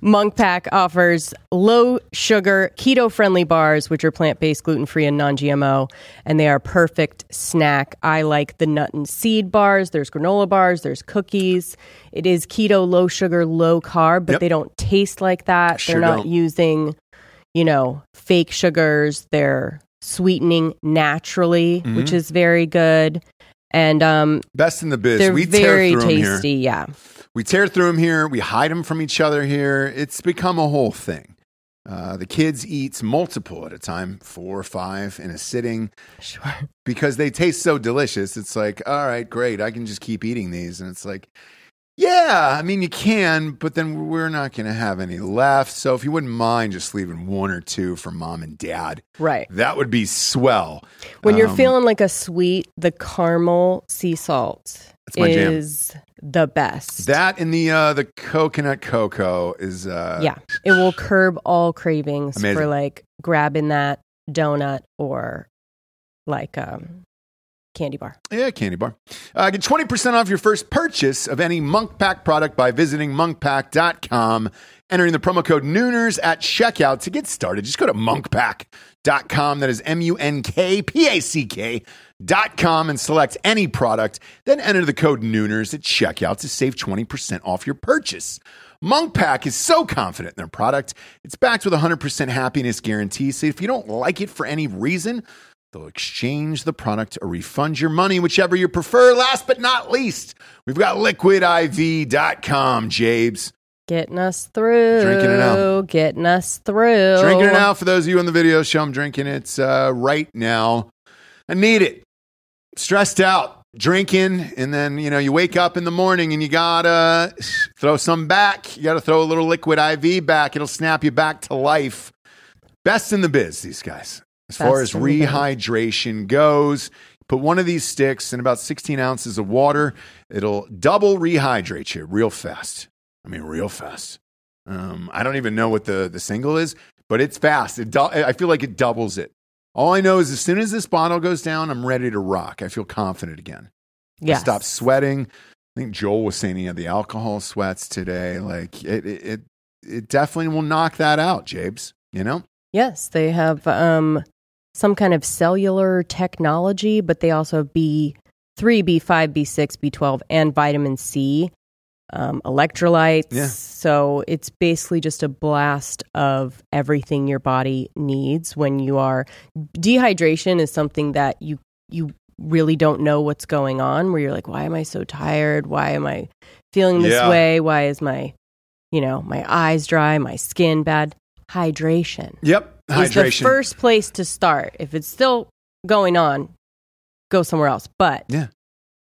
Monk Pack offers low sugar, keto friendly bars, which are plant based, gluten free, and non GMO, and they are a perfect snack. I like the nut and seed bars. There's granola bars, there's cookies. It is keto, low sugar, low carb, but Yep. they don't taste like that. Sure They're not don't. using, you know, fake sugars. They're sweetening naturally, Mm-hmm. which is very good. And um, Best in the biz. they're we tear very through 'em tasty. here. Yeah. We tear through them here. We hide them from each other here. It's become a whole thing. Uh, the kids eat multiple at a time, four or five in a sitting, Sure. because they taste so delicious. It's like, all right, great, I can just keep eating these, and it's like, yeah, I mean, you can, but then we're not going to have any left. So if you wouldn't mind just leaving one or two for mom and dad, Right. that would be swell. When you're Um, feeling like a sweet, the caramel sea salt That's my jam. is the best. that and the uh, the coconut cocoa is uh, yeah, it will curb all cravings for Amazing. like grabbing that donut or like um candy bar. Yeah, candy bar. Uh, get 20% off your first purchase of any Monk Pack product by visiting monkpack.com, entering the promo code Nooners at checkout to get started. Just go to monkpack.com, that is M U N K P A C K.com, and select any product. Then enter the code Nooners at checkout to save 20% off your purchase. Monk Pack is so confident in their product, it's backed with a 100% happiness guarantee. So if you don't like it for any reason, They'll exchange the product or refund your money, whichever you prefer. Last but not least, we've got liquidiv.com, Jabes. Getting us through. Drinking it out. Getting us through. Drinking it now for those of you on the video show. I'm drinking it uh, right now. I need it. Stressed out, drinking, and then you know you wake up in the morning and you gotta throw some back. You gotta throw a little liquid IV back. It'll snap you back to life. Best in the biz, these guys. As far Best as in the biz. rehydration goes, put one of these sticks in about 16 ounces of water. It'll double rehydrate you real fast. I mean, real fast. Um, I don't even know what the, the single is, but it's fast. It dou- I feel like it doubles it. All I know is as soon as this bottle goes down, I'm ready to rock. I feel confident again. Yes. I stopped sweating. I think Joel was saying he had the alcohol sweats today. Like it, it, it, it definitely will knock that out, Jabes. You know, Yes, they have um, some kind of cellular technology, but they also have B3, B5, B6, B12, and vitamin C um, electrolytes. Yeah. So it's basically just a blast of everything your body needs when you are. Dehydration is something that you you really don't know what's going on. Where you're like, why am I so tired? Why am I feeling this Yeah. way? Why is my you know my eyes dry? My skin bad? Hydration Yep. is the first place to start. If it's still going on, go somewhere else. But Yeah.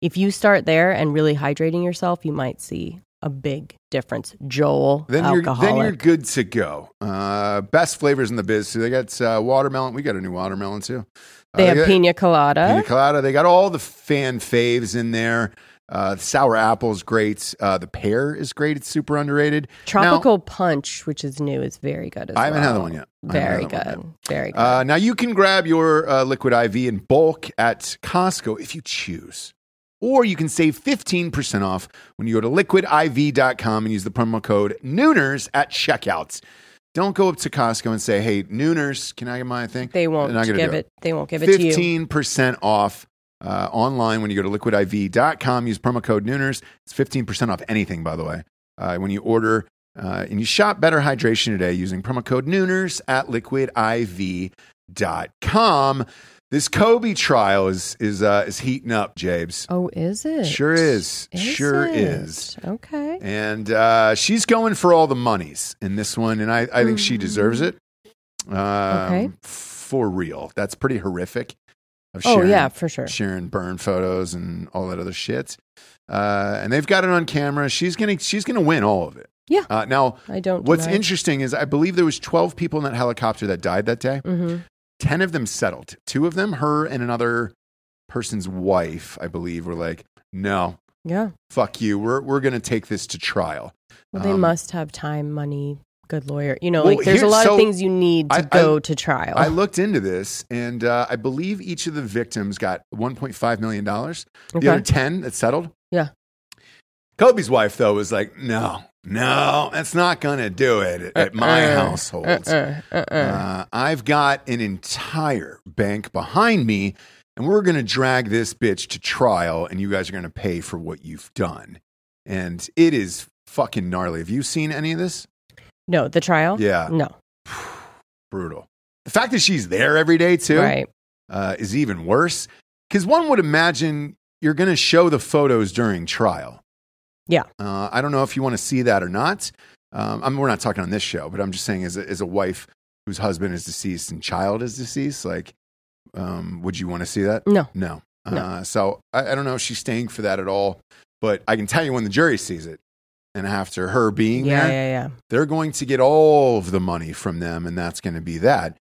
if you start there and really hydrating yourself, you might see a big difference. Joel, then you're alcoholic. then you're good to go. Uh, best flavors in the biz. So they got uh, watermelon. We got a new watermelon too. Uh, they have got pina colada. pina colada. They got all the fan faves in there. Uh, sour apple's great. Uh, the pear is great. It's super underrated. Now, Tropical punch, which is new, is very good as I haven't well. had that one yet. I haven't had Very that one yet. good. Very good. Uh, now you can grab your uh, liquid IV in bulk at Costco if you choose. Or you can save 15% off when you go to liquidiv.com and use the promo code Nooners at checkout. Don't go up to Costco and say, hey, Nooners, can I get my thing? they won't They're not gonna give do it. They won't give it to you. 15% off uh, online when you go to liquidiv.com. Use promo code Nooners. It's 15% off anything, by the way. Uh, when you order uh, and you shop Better Hydration today using promo code Nooners at liquidiv.com. This Kobe trial is, is, uh, is heating up, Jabes. Oh, is it? Sure is. Sure it? is. Okay. And uh, she's going for all the monies in this one, and I, I think she deserves it. Um, Okay. For real. That's pretty horrific. Of Oh, Sharon- yeah, for sure. Sharon burn photos and all that other shit. Uh, and they've got it on camera. She's gonna she's gonna win all of it. Yeah. Uh, now, I don't. what's deny it. interesting is I believe there was 12 people in that helicopter that died that day. Mhm. 10 of them settled. Two of them, her and another person's wife, I believe, were like, no, Yeah. fuck you. We're, we're going to take this to trial. Well, they Um, must have time, money, good lawyer. You know, Well, like there's a here- lot so of things you need to I- I- go to trial. I looked into this, and uh, I believe each of the victims got $1.5 million. The other okay. 10 that settled? Yeah. Kobe's wife, though, was like, no, no, that's not going to do it at, at my Uh-uh. household. Uh-uh, uh-uh. Uh, I've got an entire bank behind me, and we're going to drag this bitch to trial, and you guys are going to pay for what you've done. And it is fucking gnarly. Have you seen any of this? no, the trial. Yeah. No. Brutal. The fact that she's there every day, too, Right. uh, is even worse because one would imagine you're going to show the photos during trial. Yeah. Uh, I don't know if you want to see that or not. Um, I mean, we're not talking on this show, but I'm just saying, as a, as a wife whose husband is deceased and child is deceased, like, um, would you want to see that? No. No. No. Uh, so I, I don't know if she's staying for that at all, but I can tell you when the jury sees it. And after her being Yeah, there, yeah, yeah. they're going to get all of the money from them, and that's going to be that.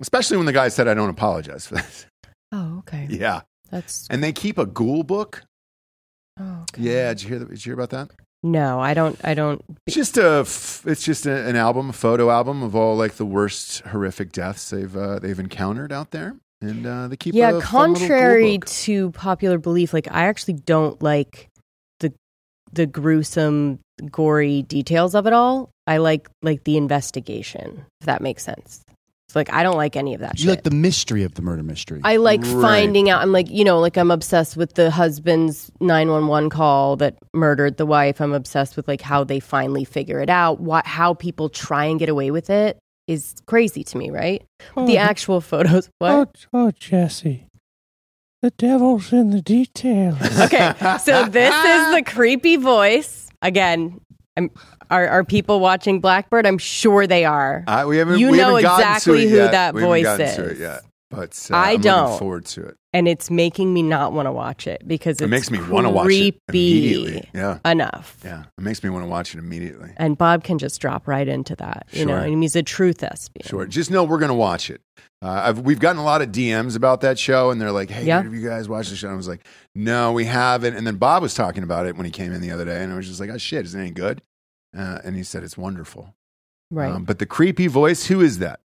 Especially when the guy said, I don't apologize for this. Oh, okay. yeah. That's. And they keep a ghoul book. Oh, okay. Yeah, did you hear that? Did you hear about that? No, I don't. I don't. It's just a, f- it's just a, an album, a photo album of all like the worst horrific deaths they've uh, they've encountered out there, and uh, they keep a yeah, fun little ghoul contrary book. to popular belief, like I actually don't like the the gruesome, gory details of it all. I like like the investigation, if that makes sense. So, like I don't like any of that. You shit. like the mystery of the murder mystery. I like Right. finding out. I'm like, you know, like I'm obsessed with the husband's 911 call that murdered the wife. I'm obsessed with like how they finally figure it out. What, how people try and get away with it is crazy to me, right? the actual photos. What? Oh, oh, Jesse. The devil's in the details. Okay. So this is the creepy voice. Again, I'm, are, are people watching Blackbird? I'm sure they are. Uh, we haven't, You we know haven't gotten exactly to it who yet. that we haven't voice gotten To it is. yet, but uh, I I'm looking don't. forward to it. and it's making me not want to watch it because it's It makes me want to watch it immediately. creepy Yeah, enough. yeah, it makes me want to watch it immediately. and Bob can just drop right into that. You know, Sure. and he's a true thespian. Sure. Just know we're going to watch it. Uh, I've, we've gotten a lot of DMs about that show, and they're like, "Hey, Yeah. have you guys watched the show?" And I was like, "No, we haven't." And then Bob was talking about it when he came in the other day, and I was just like, "Oh shit, is it any good?" Uh, and he said, "It's wonderful." Right. Um, but the creepy voice, who is that?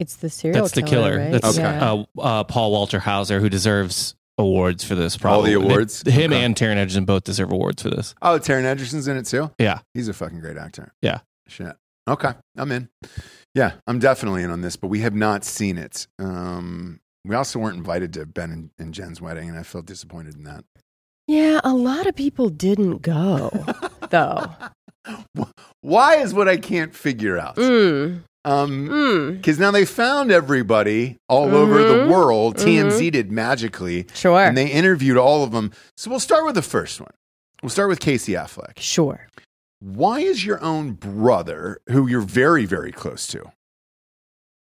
it's the serial That's the killer, killer. right? That's Okay. Yeah. uh, uh, Paul Walter Hauser, who deserves awards for this. Probably the awards? Th- him Okay. and Taron Edgerton both deserve awards for this. Oh, Taryn Edgerson's in it too. Yeah. he's a fucking great actor. Yeah. Shit. Okay, I'm in. Yeah, I'm definitely in on this, but we have not seen it. Um, we also weren't invited to Ben and, and Jen's wedding, and I felt disappointed in that. Yeah, a lot of people didn't go though. Why is what I can't figure out? Mm, Um, mm, Because now they found everybody all over the Mhm. world. TMZ Mhm. did magically, sure. and they interviewed all of them. So we'll start with the first one. We'll start with Casey Affleck. sure. Why is your own brother, who you're very, very close to,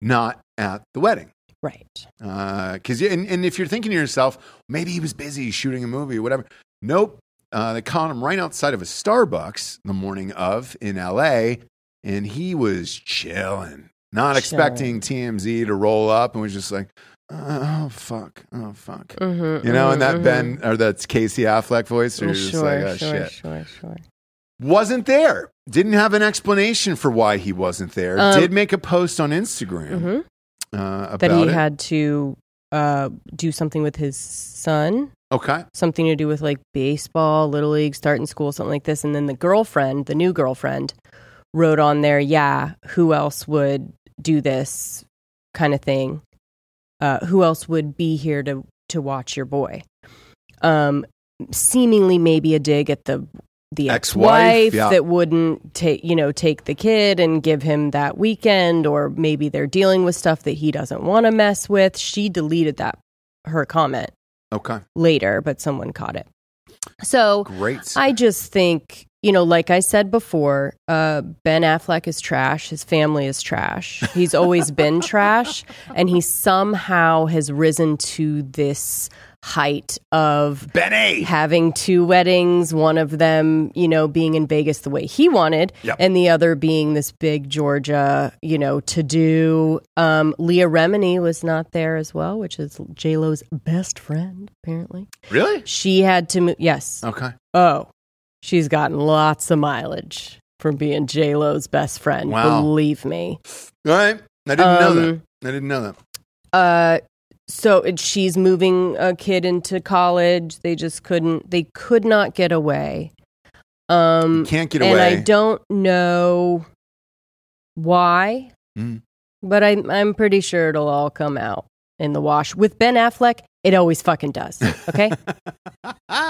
not at the wedding? Right. Because Uh, and, and if you're thinking to yourself, maybe he was busy shooting a movie, whatever. Nope. Uh, they caught him right outside of a Starbucks the morning of in L.A. and he was chilling, not expecting TMZ to roll up, and was just like, "Oh fuck, oh fuck," Mm-hmm, you know. And that Ben or that's Casey Affleck voice, or Sure, you're just like, "Oh sure, shit," sure, sure. wasn't there. Didn't have an explanation for why he wasn't there. Um, Did make a post on Instagram Mhm. uh, about That he it. had to uh, do something with his son, okay. something to do with like baseball, little league, starting school, something like this. And then the girlfriend, the new girlfriend, wrote on there, "Yeah, who else would do this kind of thing? Uh, who else would be here to to watch your boy?" Um, seemingly maybe a dig at the the Ex-wife, ex-wife, yeah. that wouldn't take you know take the kid and give him that weekend, or maybe they're dealing with stuff that he doesn't want to mess with. She deleted that her comment Okay. later, but someone caught it. So Great. I just think, you know, like I said before, uh, Ben Affleck is trash. His family is trash. He's always been trash, and he somehow has risen to this height of Benny. having two weddings, one of them, you know, being in Vegas the way he wanted, Yep. and the other being this big Georgia, you know, to do. Um, Leah Remini was not there as well, which is J Lo's best friend, apparently. Really? She had to move. Yes. Okay. Oh, she's gotten lots of mileage from being J Lo's best friend. Wow. Believe me. All right. I didn't know that. Um, I didn't know that. Uh, so it, she's moving a kid into college. They just couldn't. They could not get away. Um, Can't get and away. I don't know why, Mm. but I, I'm pretty sure it'll all come out in the wash. With Ben Affleck, it always fucking does. Okay,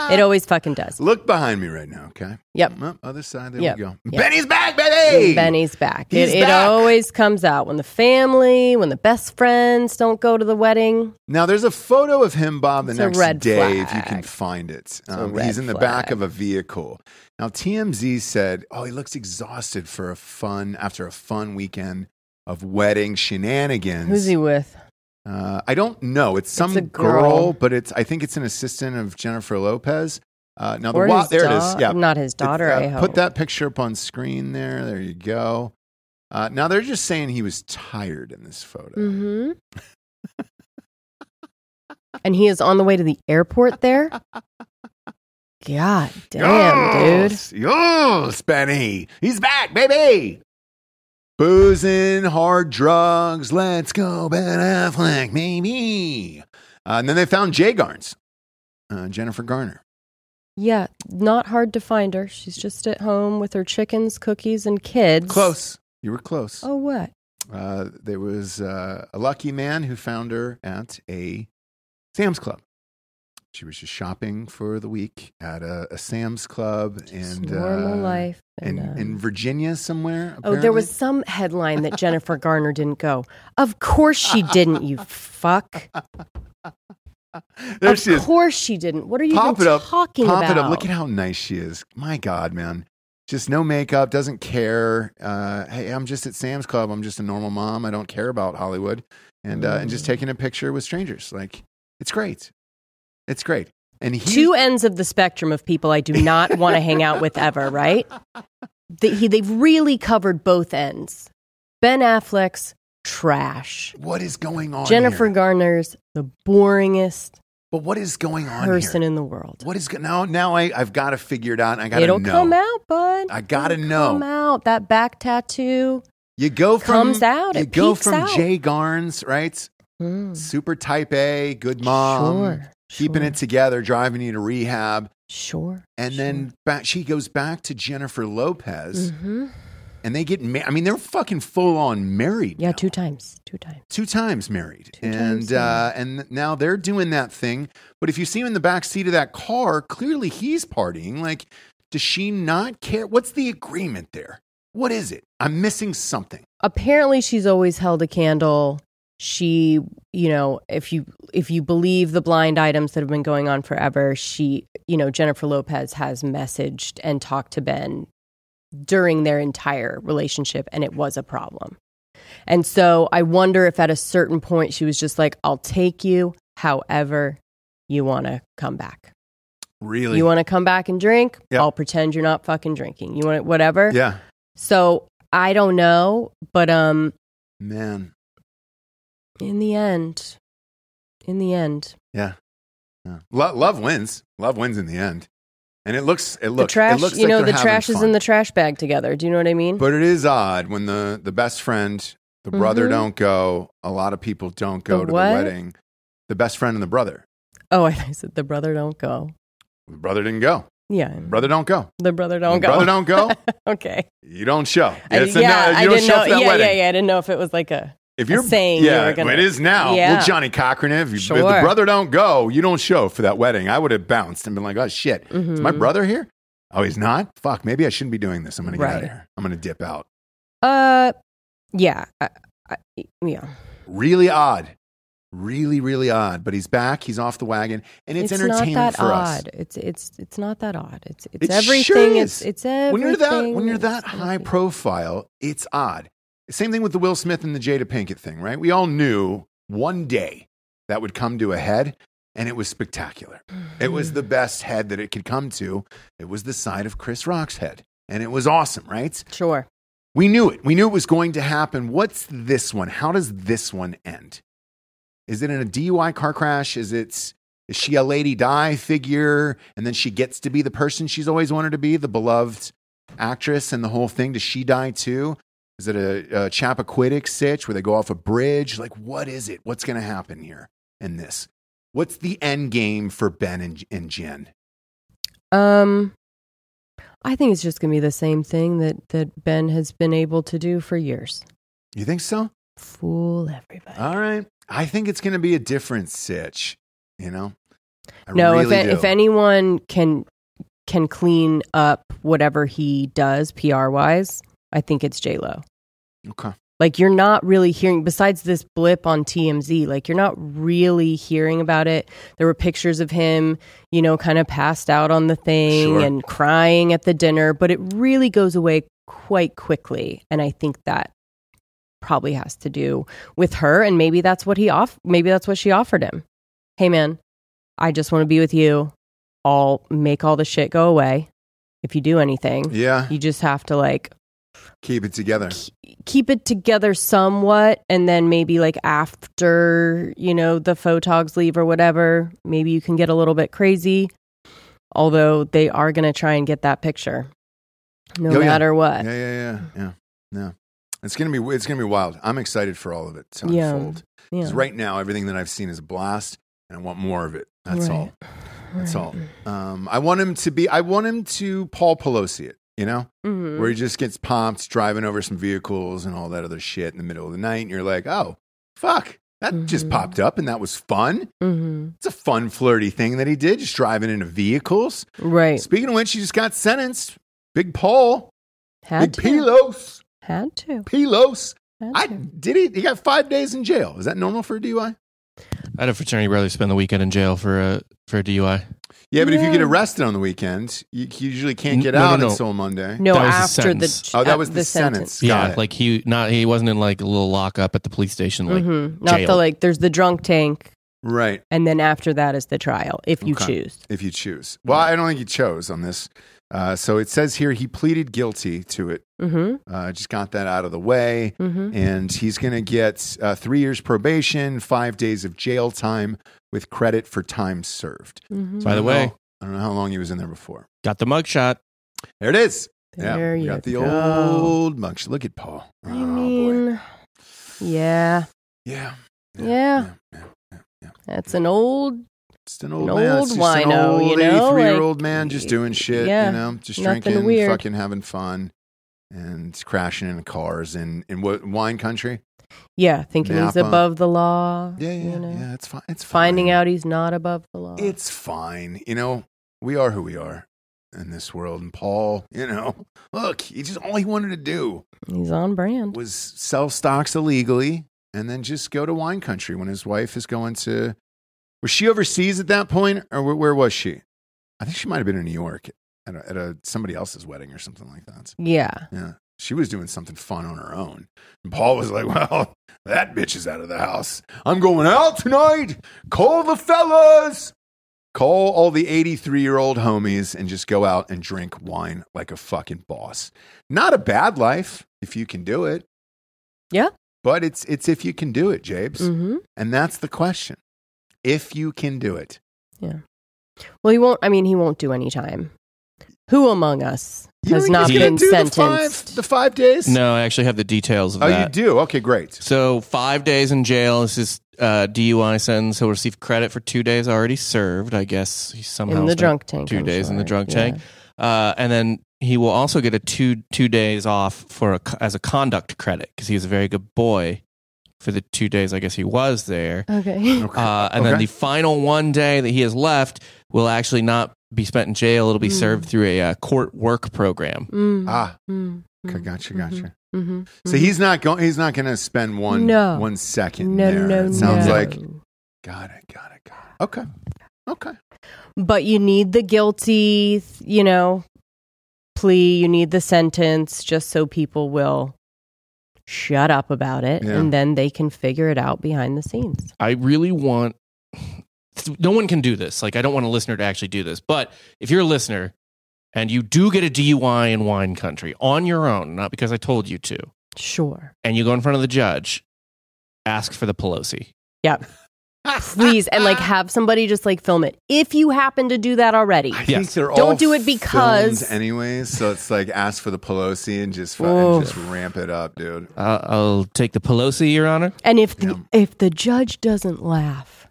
it always fucking does. Look behind me right now, okay? Yep. Well, other side, there Yep. we go. Yep. Benny's back, Benny! Benny's back. He's it, it back. always comes out when the family, when the best friends don't go to the wedding. Now, there's a photo of him, Bob, the It's a next red day, if you can flag. find it. a Um, red he's in the back flag. of a vehicle. Now, TMZ said, oh, he looks exhausted for a fun, after a fun weekend of wedding shenanigans. Who's he with? Uh, I don't know. It's some a girl. girl. but it's I think it's an assistant of Jennifer Lopez. Uh, now the Or wa- his there it da- is. Yeah, Not his It's, daughter, uh, I hope. Put that picture up on screen there. There you go. Uh, now they're just saying he was tired in this photo. hmm and he is on the way to the airport there? God damn, dude. yes, Yes, Benny. He's back, baby. Boozing, hard drugs. Let's go, Ben Affleck, baby. Uh, and then they found Jay Garnes, uh, Jennifer Garner. Yeah, not hard to find her. She's just at home with her chickens, cookies, and kids. Close. You were close. Oh, what? Uh, there was uh, a lucky man who found her at a Sam's Club. She was just shopping for the week at a, a Sam's Club Just and normal uh, life. in, um, in Virginia somewhere. Oh, there apparently. was some headline that Jennifer Garner didn't go. Of course she didn't, you fuck. There of she is. course she didn't. What are you Pop even it up. talking Pop about? it up. Look at how nice she is. My God, man. Just no makeup, doesn't care. Uh, hey, I'm just at Sam's Club. I'm just a normal mom. I don't care about Hollywood, and uh, and Mm. just taking a picture with strangers. Like it's great. It's great. And he Two ends of the spectrum of people I do not want to hang out with ever, right? They, he, they've really covered both ends. Ben Affleck's trash. What is going on? Jennifer here? Garner's the boringest But what is going on person here? in the world. What is go- now? Now I I've got to figure it out. And I got to know. It'll come out, bud. I gotta It'll know. Come out. That back tattoo. You go from Comes out, You it go peeks from out. Jay Garnes, right? Hmm. Super type A, good Mm. mom, Sure, keeping sure. it together, driving you to rehab, Sure. and then back she goes back to Jennifer Lopez, hmm and they get. Ma- I mean, they're fucking full on married. Yeah, now. two times. Two times. two times married Two and times uh and now they're doing that thing but if you see him in the back seat of that car clearly he's partying like does she not care what's the agreement there what is it i'm missing something Apparently, she's always held a candle. She, you know, if you if you believe the blind items that have been going on forever, she, you know, Jennifer Lopez has messaged and talked to Ben during their entire relationship, and it was a problem. And so I wonder if at a certain point she was just like, "I'll take you, however you want to come back. really You want to come back and drink? Yeah. I'll pretend you're not fucking drinking. You want it, whatever." yeah So I don't know, but um, man in the end, in the end, yeah, yeah. Lo- love wins love wins in the end and it looks it looks the trash, it looks you like know, they're the having trash is fun. in the trash bag together. Do you know what I mean? but it is odd when the the best friend the brother Mhm. don't go a lot of people don't go The to what? the wedding the best friend and the brother oh, I said the brother don't go. the brother didn't go Yeah, Brother don't go. the brother don't go. Brother don't go. okay. You don't show. I- It's a no- you I don't didn't show know. for that yeah, wedding. yeah, yeah. I didn't know if it was like a. If you're saying you yeah, were gonna- it is now. Yeah. Well, Johnny Cochran, if, you, if the Sure. brother don't go, you don't show for that wedding. I would have bounced and been like, oh shit, is my Mhm. brother here? Oh, he's not. Fuck, maybe I shouldn't be doing this. I'm gonna get out of Right. here. I'm gonna dip out. Uh, yeah, I, I, yeah. Really odd. Really, really odd. But he's back. He's off the wagon, and it's, not entertainment that for us. odd. It's it's it's not that odd. It's it's It sure everything. is. It's it's everything. When you're that when you're that It's high nothing. profile, it's odd. Same thing with the Will Smith and the Jada Pinkett thing, right? We all knew one day that would come to a head, and it was spectacular. It was the best head that it could come to. It was the side of Chris Rock's head, and it was awesome, right? Sure. We knew it. We knew it was going to happen. What's this one? How does this one end? Is it in a DUI car crash? Is it is she a lady die figure and then she gets to be the person she's always wanted to be, the beloved actress and the whole thing? Does she die too? Is it a, a Chappaquiddick sitch where they go off a bridge? Like, what is it? What's going to happen here in this? What's the end game for Ben and, and Jen? Um, I think it's just gonna be the same thing that that Ben has been able to do for years. You think so? Fool everybody. All right. I think it's going to be a different sitch, you know? I no, really if do. if anyone can can clean up whatever he does PR wise, I think it's J Lo. Okay. Like you're not really hearing besides this blip on TMZ, like you're not really hearing about it. There were pictures of him, you know, kind of passed out on the thing Sure. and crying at the dinner, but it really goes away quite quickly. And I think that probably has to do with her and maybe that's what he off maybe that's what she offered him. Hey man, I just want to be with you. I'll make all the shit go away if you do anything. Yeah. You just have to like Keep it together. keep it together somewhat and then maybe like after you know the photogs leave or whatever maybe you can get a little bit crazy although they are going to try and get that picture no Oh, yeah. matter Yeah, what yeah, yeah. Yeah. Yeah. It's going to be it's going to be wild. I'm excited for all of it to Yeah. unfold. yeah, 'Cause right now everything that I've seen is a blast and I want more of it. That's Right. all. That's Right. all. Um, I want him to be I want him to Paul Pelosi it, you know? Mhm. Where he just gets pumped driving over some vehicles and all that other shit in the middle of the night and you're like, "Oh, fuck. That just Mhm. popped up and that was fun." Mhm. It's a fun flirty thing that he did, just driving into vehicles. right Speaking of which, he just got sentenced. Big Paul, had big to Pelos, had to Pelos. had I to. did he? He got five days in jail. Is that normal for a DUI? I had a fraternity brother spend the weekend in jail for a for a DUI. Yeah, but if you get Yeah. arrested on the weekend, you, you usually can't get No, no, out no. until Monday. no That was the after the sentence. Oh, that was uh, the sentence. Got yeah, it. like he not he wasn't in like a little lockup at the police station. Like Mhm. not the jail. like there's the drunk tank Right, and then after that is the trial if you Okay. choose if you choose. Well, I don't think he chose on this. Uh, so it says here he pleaded guilty to it. mhm Uh, just got that out of the way. mhm and he's going to get uh, three years probation, five days of jail time with credit for time served. mhm By I the don't way, know- I don't know how long he was in there before. got the mugshot. There it is. There we you got the go. old mugshot. Look at Paul. I Oh, boy. mean, yeah, yeah, Yeah. yeah, yeah, yeah. that's an old Just an old An man. old It's just wino, an old you know, year like, old man just doing shit. yeah, you know, just nothing drinking, weird. fucking having fun, and crashing into cars in in what wine country? yeah thinking he's Napa. above the law. Yeah, yeah, you know. yeah. It's fine. It's Finding fine. out he's not above the law. It's fine. You know, we are who we are in this world. And Paul, you know, look, he just all he wanted to do he's on brand. was sell stocks illegally and then just go to wine country when his wife is going to. Was she overseas at that point, or where, where was she? I think she might have been in New York at, a, at a, somebody else's wedding or something like that. Yeah, Yeah. She was doing something fun on her own. And Paul was like, Well, that bitch is out of the house. I'm going out tonight. Call the fellas. Call all the 83 year old homies and just go out and drink wine like a fucking boss. Not a bad life if you can do it. Yeah. But it's, it's if you can do it, Jabes. hmm And that's the question. If you can do it. Well, he won't. I mean, he won't do any time. Who among us You has think not he's gonna been do The five, sentenced? the five days? No, I actually have the details of Oh, that. you do? Okay, great. So five days in jail. This is uh, DUI sentence. He'll receive credit for two days already served. I guess he somehow in the spent drunk tank. two I'm days in the sure. drunk Yeah. tank, uh, and then he will also get a two two days off for a, co- as a conduct credit because he was a very good boy for the two days. I guess he was there. Okay. Okay. Uh, and then Okay. the final one day that he has left will actually not be spent in jail. It'll be Mm. served through a uh, court work program. Mm, ah, mm, okay, mm, gotcha, mhm, gotcha. mhm, So mhm. he's not going. He's not going to spend one No. one second no, there. no, it sounds no. like Got it. Got it. Got it. Okay. Okay. but you need the guilty, you know, plea, you need the sentence just so people will shut up about it Yeah. and then they can figure it out behind the scenes. I really want. No one can do this. Like, I don't want a listener to actually do this. But if you're a listener and you do get a DUI in wine country on your own, not because I told you to, Sure. and you go in front of the judge, ask for the Pelosi. Please and like have somebody just like film it. If you happen to do that already. I Yes. think they're Don't all do it because- filmed anyways. So it's like ask for the Pelosi and just fu- Oh. and just ramp it up, dude. Uh, I'll take the Pelosi, Your Honor. And if the, Yeah. if the judge doesn't laugh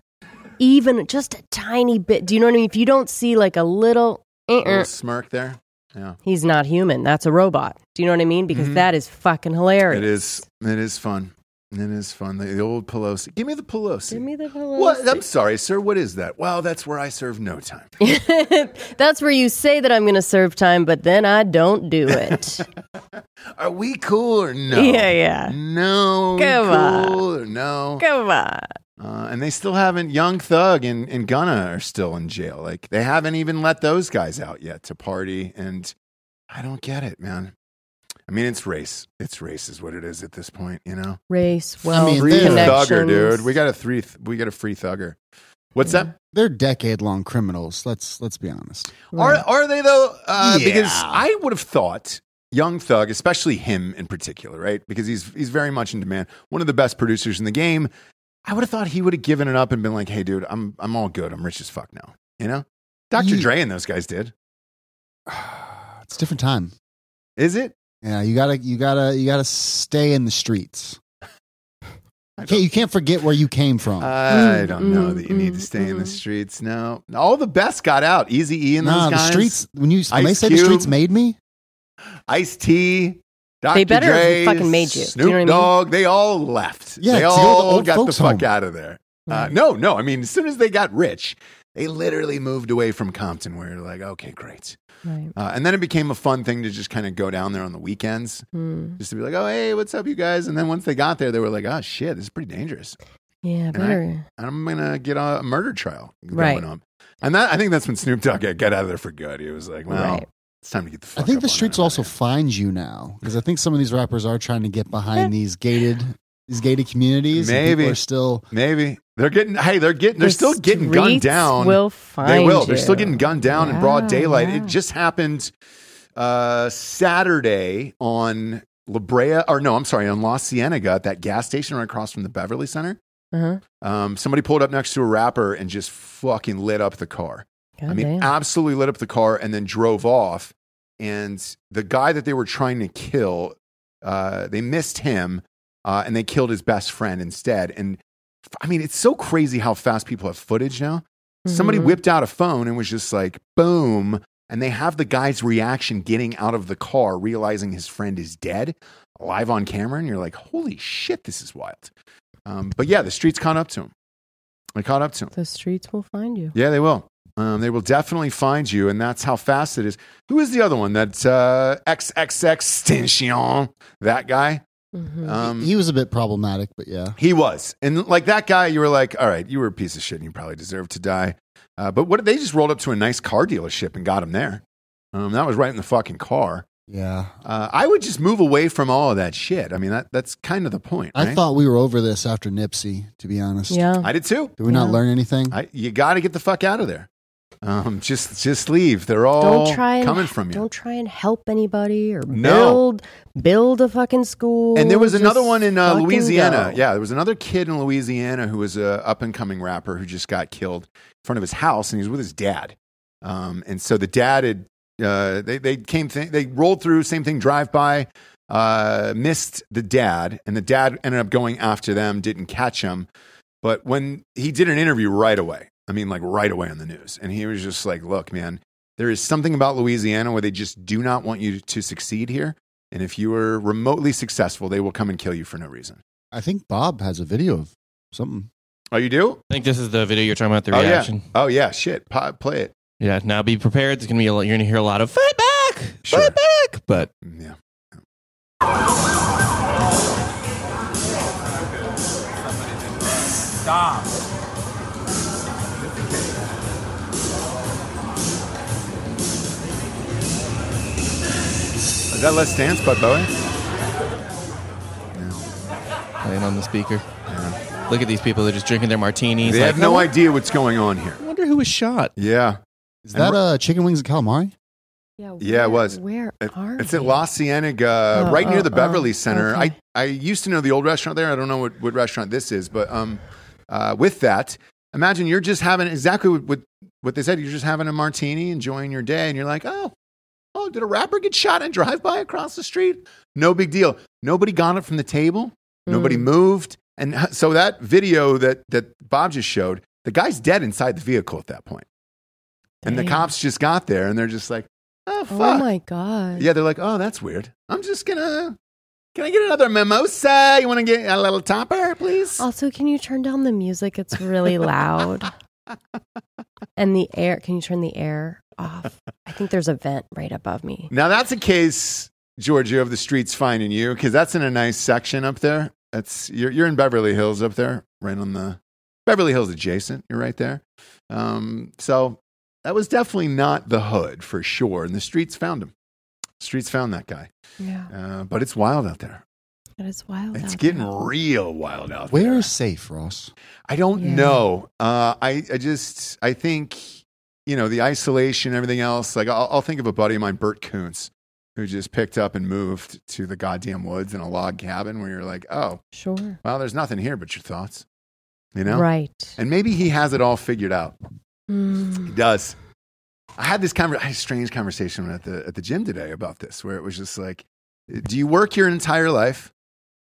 even just a tiny bit, do you know what I mean? If you don't see like a little uh-uh, Little smirk there. Yeah, he's not human. That's a robot. Do you know what I mean? Because Mhm. that is fucking hilarious. it is. It is fun. It is fun. The, the old Pelosi. Give me the Pelosi. Give me the Pelosi. What? I'm sorry, sir. What is that? Well, that's where I serve no time. That's where you say that I'm going to serve time, but then I don't do it. Are we cool or no? Yeah, yeah. No, we Come on. cool or no. Come on. Uh, and they still haven't. Young Thug and, and Gunna are still in jail. Like they haven't even let those guys out yet to party. And I don't get it, man. I mean, it's race. It's race is what it is at this point. You know, Race, well, mean, free they're- thugger, connections. dude. We got a three. Th- we got a free thugger. What's that? They're decade long criminals. Let's let's be honest. Are are they though? Uh, Because Yeah. I would have thought Young Thug, especially him in particular, right? Because he's he's very much in demand. One of the best producers in the game. I would have thought he would have given it up and been like, "Hey, dude, I'm I'm all good. I'm rich as fuck now." You know, Dr. Ye- Dre and those guys did. It's a different time. Is it? Yeah, you gotta you gotta you gotta stay in the streets. I You can't, don't, Uh, you can't forget where you came from. I don't know Mm, that you need mm, to stay in the mm. streets. No, all the best got out. Easy E and nah, those the guys. streets. When you when they Ice say the streets Cube. made me, Ice T. Dr. They better have Dre, fucking made you. Do Snoop you know what I mean? Dogg. They all left. Yeah, they to go to the all old got the folks' fuck home. out of there. Uh, no, no. I mean, as soon as they got rich, they literally moved away from Compton, where you're like, okay, great. Right. Uh, and then it became a fun thing to just kind of go down there on the weekends, Hmm. just to be like, oh, hey, what's up, you guys? And then once they got there, they were like, oh, shit, this is pretty dangerous. Yeah, And I- better. I'm gonna get a murder trial going Right. on. And that I think that's when Snoop Dogg got, got out of there for good. He was like, well, Right. it's time to get the I fuck. think up the on streets out of also here. find you now because I think some of these rappers are trying to get behind these gated these gated communities. and Maybe. people are still Maybe they're getting. Hey, they're getting. They're The still getting gunned streets down. Will find they will. They're you. still getting gunned down in broad Yeah, daylight. yeah. It just happened uh, Saturday on La Brea, or no, I'm sorry, on La Cienega at that gas station right across from the Beverly Center. Uh-huh. Um, somebody pulled up next to a rapper and just fucking lit up the car. God I mean, Oh, damn. absolutely lit up the car and then drove off. And the guy that they were trying to kill, uh, they missed him uh, and they killed his best friend instead. And f- I mean, it's so crazy how fast people have footage now. Somebody Mhm. whipped out a phone and was just like, boom. And they have the guy's reaction getting out of the car, realizing his friend is dead live on camera. And you're like, holy shit, this is wild. Um, but yeah, the streets caught up to him. They caught up to him. the streets will find you. Yeah, they will. Um, they will definitely find you, and that's how fast it is. Who is the other one? That uh, XXXTentacion, that guy. Mhm. Um, he was a bit problematic, but yeah, he was, and like that guy, you were like, all right, you were a piece of shit, and you probably deserved to die. Uh, but what they just rolled up to a nice car dealership and got him there. Um, that was right in the fucking car. yeah. Uh, I would just move away from all of that shit. I mean, that that's kind of the point. I right? thought we were over this after Nipsey. To be honest, yeah. I did too. Did we not Yeah. learn anything? I, you got to get the fuck out of there. Um, just just leave. They're all don't try and, coming from you. Don't try and help anybody or No. build build a fucking school. And there was Just another one in uh, fucking Louisiana. go. Yeah, there was another kid in Louisiana who was a up and coming rapper who just got killed in front of his house, and he was with his dad. Um, and so the dad had uh, they they came th- they rolled through same thing drive by uh, missed the dad, and the dad ended up going after them, didn't catch him. But when he did an interview right away, I mean like right away on the news, and he was just like, "Look, man, there is something about Louisiana where they just do not want you to succeed here." And if you are remotely successful, they will come and kill you for no reason. I think Bob has a video of something. Oh, you do? I think this is the video you're talking about, the oh, reaction. yeah. Oh, yeah. Shit. Pa- play it. Yeah. Now be prepared. It's gonna be a lot, you're gonna hear a lot of fight back, Sure. fight back. But Mm, Yeah. Dom, that Let's Dance by Bowie? Playing on the speaker. Look at these people. They're just drinking their martinis. They like, have no "Oh, idea what's going on here. I wonder who was shot. Yeah. Is that And- uh, chicken wings and calamari? Yeah, Yeah, it was. Where It- are It's at we? La Cienega, Oh, right near oh, the Beverly oh, Center. okay. I, I used to know the old restaurant there. I don't know what, what restaurant this is, but um, uh, with that, imagine you're just having exactly what, what, what they said. You're just having a martini, enjoying your day, and you're like, oh, oh, did a rapper get shot and drive by across the street? No big deal. Nobody got it from the table. Mm. Nobody moved. And h- so that video that, that Bob just showed, the guy's dead inside the vehicle at that point. And the Damn. cops just got there and they're just like, oh, fuck. Oh my god. Yeah, they're like, oh, that's weird. I'm just gonna. Can I get another mimosa? You want to get a little topper, please? Also, can you turn down the music? It's really loud. and the air, can you turn the air off? I think there's a vent right above me. Now that's a case, Georgia, of the streets finding you because that's in a nice section up there. That's you're you're in Beverly Hills up there, right on the Beverly Hills adjacent. You're right there. Um, so that was definitely not the hood for sure, and the streets found him. Streets found that guy, Yeah. uh, but it's wild out there. It is wild. It's out getting there. real wild out there. Where is safe, Ross? I don't Yeah. know. Uh, I, I just, I think, you know, the isolation, everything else. Like, I'll, I'll think of a buddy of mine, Bert Koontz, who just picked up and moved to the goddamn woods in a log cabin where you're like, oh, Sure. well, there's nothing here but your thoughts, you know? Right. And maybe he has it all figured out. Mm. He does. I had this conver- I had a strange conversation at the at the gym today about this, where it was just like, do you work your entire life,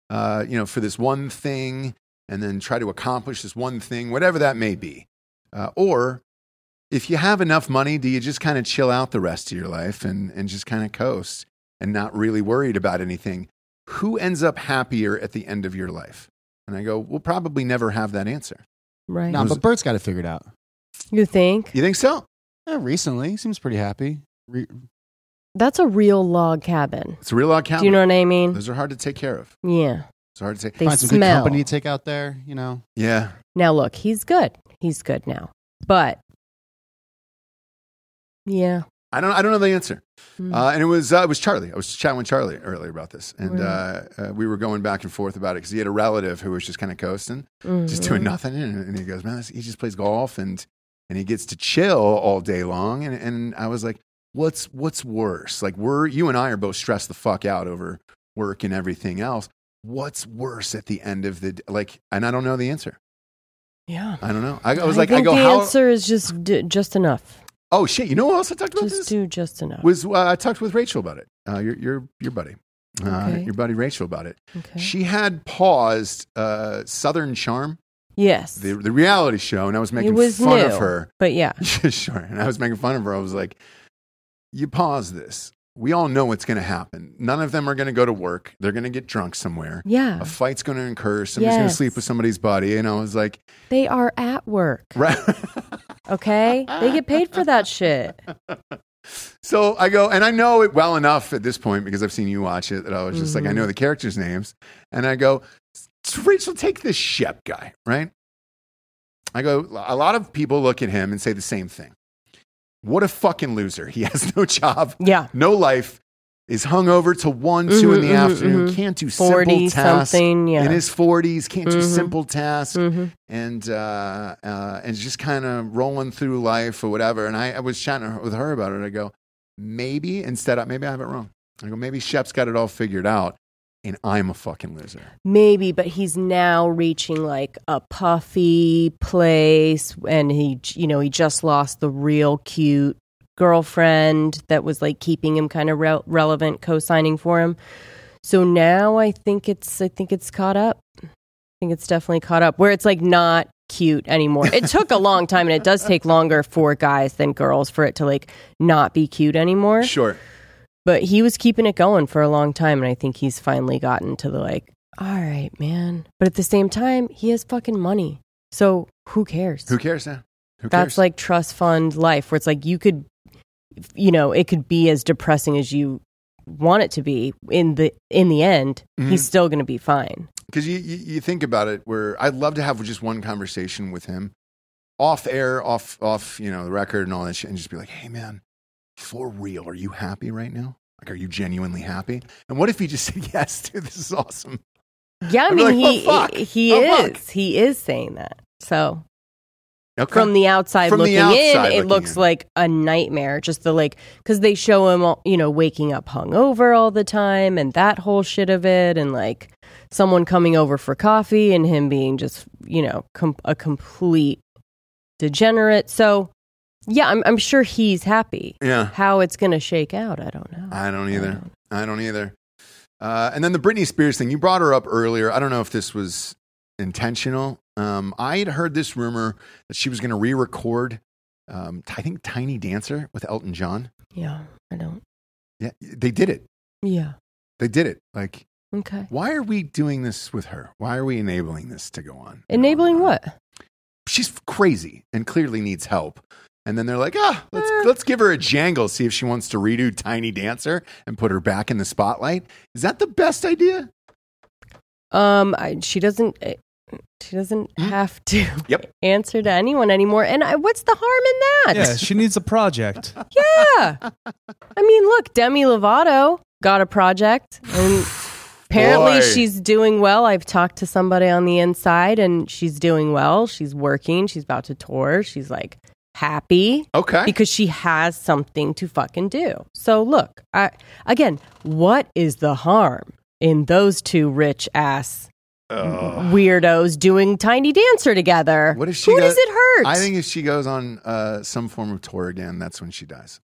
uh, you know, for this one thing, and then try to accomplish this one thing, whatever that may be, uh, or if you have enough money, do you just kind of chill out the rest of your life and and just kind of coast and not really worried about anything? Who ends up happier at the end of your life? And I go, we'll probably never have that answer. Right. No, but Bert's got it figured out. You think? You think so? Yeah, recently, he seems pretty happy. Re- That's a real log cabin. It's a real log cabin. Do you know what I mean? Those are hard to take care of. Yeah. It's hard to take. They find some smell. good company to take out there. You know, Yeah. Now look, he's good. He's good now. Uh, But yeah. I don't, I don't know the answer. Mm. Uh, and it was, uh, it was Charlie. I was chatting with Charlie earlier about this. And Right. uh, uh, we were going back and forth about it because he had a relative who was just kind of coasting, just Mhm. doing nothing. And, and he goes, man, this, he just plays golf and, and he gets to chill all day long. And, and I was like, what's, what's worse? Like, we're, you and I are both stressed the fuck out over work and everything else. What's worse at the end of the d- like? And I don't know the answer. Yeah. I don't know. I, I was like, think I go, the how? answer is just do, just enough. oh shit! You know what else I talked about? Just this? do just enough. was uh, I talked with Rachel about it. Uh, your your your buddy, uh, Okay. your buddy Rachel about it. okay. She had paused uh, Southern Charm, yes. the the reality show, and I was it making was fun new. of her. But yeah. sure, and I was making fun of her. I was like, "You pause this. We all know what's going to happen. None of them are going to go to work. They're going to get drunk somewhere." Yeah. A fight's going to incur. Somebody's going to Yes. sleep with somebody's body, and I was like, They are at work. "Right." Okay? they get paid for that shit. So I go, and I know it well enough at this point because I've seen you watch it that I was just like, I Mm-hmm. know the characters' names. And I go, "S- Rachel, take this Shep guy, right? I go, a lot of people look at him and say the same thing. What a fucking loser. He has no job, Yeah. no life, is hungover till one, 2 in the Mhm, mhm, afternoon, mhm. can't do simple 40 tasks. something, yeah. In his 40s, can't do Mhm. simple tasks Mhm. and uh, uh, and just kind of rolling through life or whatever. And I, I was chatting with her about it. I go, maybe instead, of, maybe I have it wrong. I go, maybe Shep's got it all figured out, and I'm a fucking loser. Maybe, but he's now reaching like a puffy place and he j- you know, he just lost the real cute girlfriend that was like keeping him kind of re- relevant co-signing for him. So now I think it's I think it's caught up. I think it's definitely caught up where it's like not cute anymore. It took a long time and it does take longer for guys than girls for it to like not be cute anymore. Sure. But he was keeping it going for a long time, and I think he's finally gotten to the like, all right, man. But at the same time, he has fucking money. So who cares? Who cares now? Who That's cares? like trust fund life where it's like you could, you know, it could be as depressing as you want it to be in the in the end Mm-hmm. he's still going to be fine because you, you you think about it. Where I'd love to have just one conversation with him, off air, off off you know the record and all that shit, and just be like, hey man, for real, are you happy right now? Like, are you genuinely happy? And what if he just said, yes, dude, this is awesome? Yeah, I I'd be mean like, he "Oh, fuck. he, he Oh, fuck." is he is saying that. So Okay. from the outside From the looking outside in, looking it looks in. like a nightmare. Just the like because they show him, all- you know, waking up hungover all the time and that whole shit of it, and like someone coming over for coffee and him being just you know com- a complete degenerate. So yeah, I'm I'm sure he's happy. yeah. How it's gonna shake out, I don't know. I don't either. I don't either. Uh, and then the Britney Spears thing, you brought her up earlier. I don't know if this was intentional. Um, I had heard this rumor that she was going to re record, um, I think, Tiny Dancer with Elton John. Yeah, I don't. Yeah, they did it. Yeah. They did it. Like, Okay. why are we doing this with her? Why are we enabling this to go on? Enabling Go on. what? She's crazy and clearly needs help. And then they're like, ah, let's, Eh." let's give her a jangle, see if she wants to redo Tiny Dancer and put her back in the spotlight. Is that the best idea? Um, I, she doesn't. eh, She doesn't have to Hmm? Yep. answer to anyone anymore. And I, what's the harm in Yeah, that? she needs a project. Yeah. I mean, look, Demi Lovato got a project, and apparently Boy. she's doing well. I've talked to somebody on the inside, and she's doing well. She's working. She's about to tour. She's like happy Okay. because she has something to fucking do. So look, I, again, what is the harm in those two rich ass weirdos doing Tiny Dancer together? What if she Who got- does it hurt? I think if she goes on uh, some form of tour again, that's when she dies.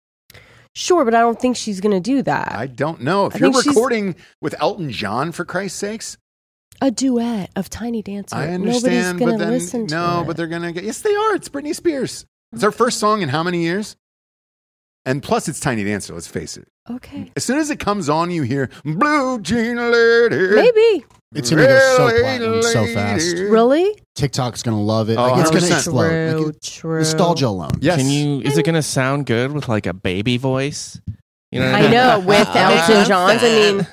sure, but I don't think she's gonna do that. I don't know. If I you're think she's- recording with Elton John, for Christ's sakes, a duet of Tiny Dancer. I Nobody's understand. gonna But then, listen to no, it. but they're going to get, yes, they are. It's Britney Spears. It's her first song in how many years? And plus, it's Tiny Dancer, let's face it. okay. As soon as it comes on, you hear Blue Jean Lady. Maybe It's gonna go so Really, platinum so lady. fast. really TikTok's gonna love it. Oh, like, it's gonna 100%. explode. true. Like, it- true. nostalgia alone. Yes. Can you? Is it gonna sound good with like a baby voice? You what I know with Uh, Elton that's John's. I that. mean,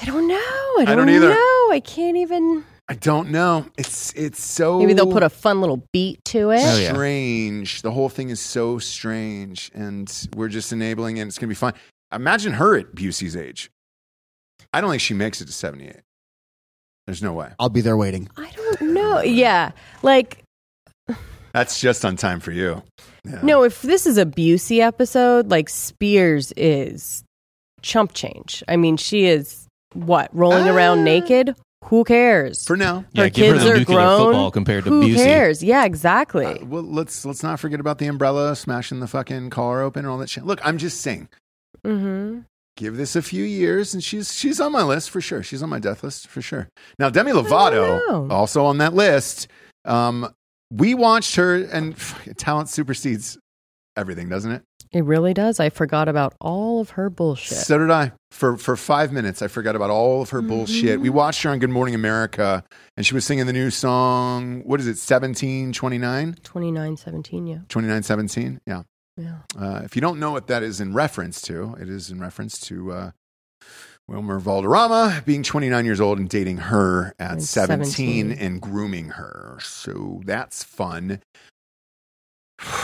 I don't know. I don't, don't either. know. I can't even. I don't know. It's it's so. Maybe they'll put a fun little beat to it. Oh, yeah. strange. The whole thing is so strange, and we're just enabling, and it's gonna be fine. Imagine her at Busey's age. I don't think she makes it to seventy-eight. There's no way. I'll be there waiting. I don't know. Yeah, like That's just on time for you. Yeah. no. If this is a Busey episode, like Spears is chump change. I mean, she is what rolling Ah. around naked. Who cares? for now. Yeah, her give her kids the are nuclear grown. football compared to Who Busey. cares? Yeah, exactly. Uh, well, let's let's not forget about the umbrella smashing the fucking car open and all that shit. Look, I'm just saying. Uh, mm-hmm. Give this a few years, and she's she's on my list for sure. She's on my death list for sure. Now, Demi Lovato know. also on that list. Um, we watched her, and pff, talent supersedes everything, doesn't it? It really does. I forgot about all of her bullshit. So did I. For for five minutes, I forgot about all of her bullshit. We watched her on Good Morning America, and she was singing the new song. What is it? 17, 29? Twenty nine seventeen. Yeah, 29, 17? Yeah. yeah. Uh, if you don't know what that is in reference to, it is in reference to uh, Wilmer Valderrama being 29 years old and dating her at And 17, 17. and grooming her. So that's fun.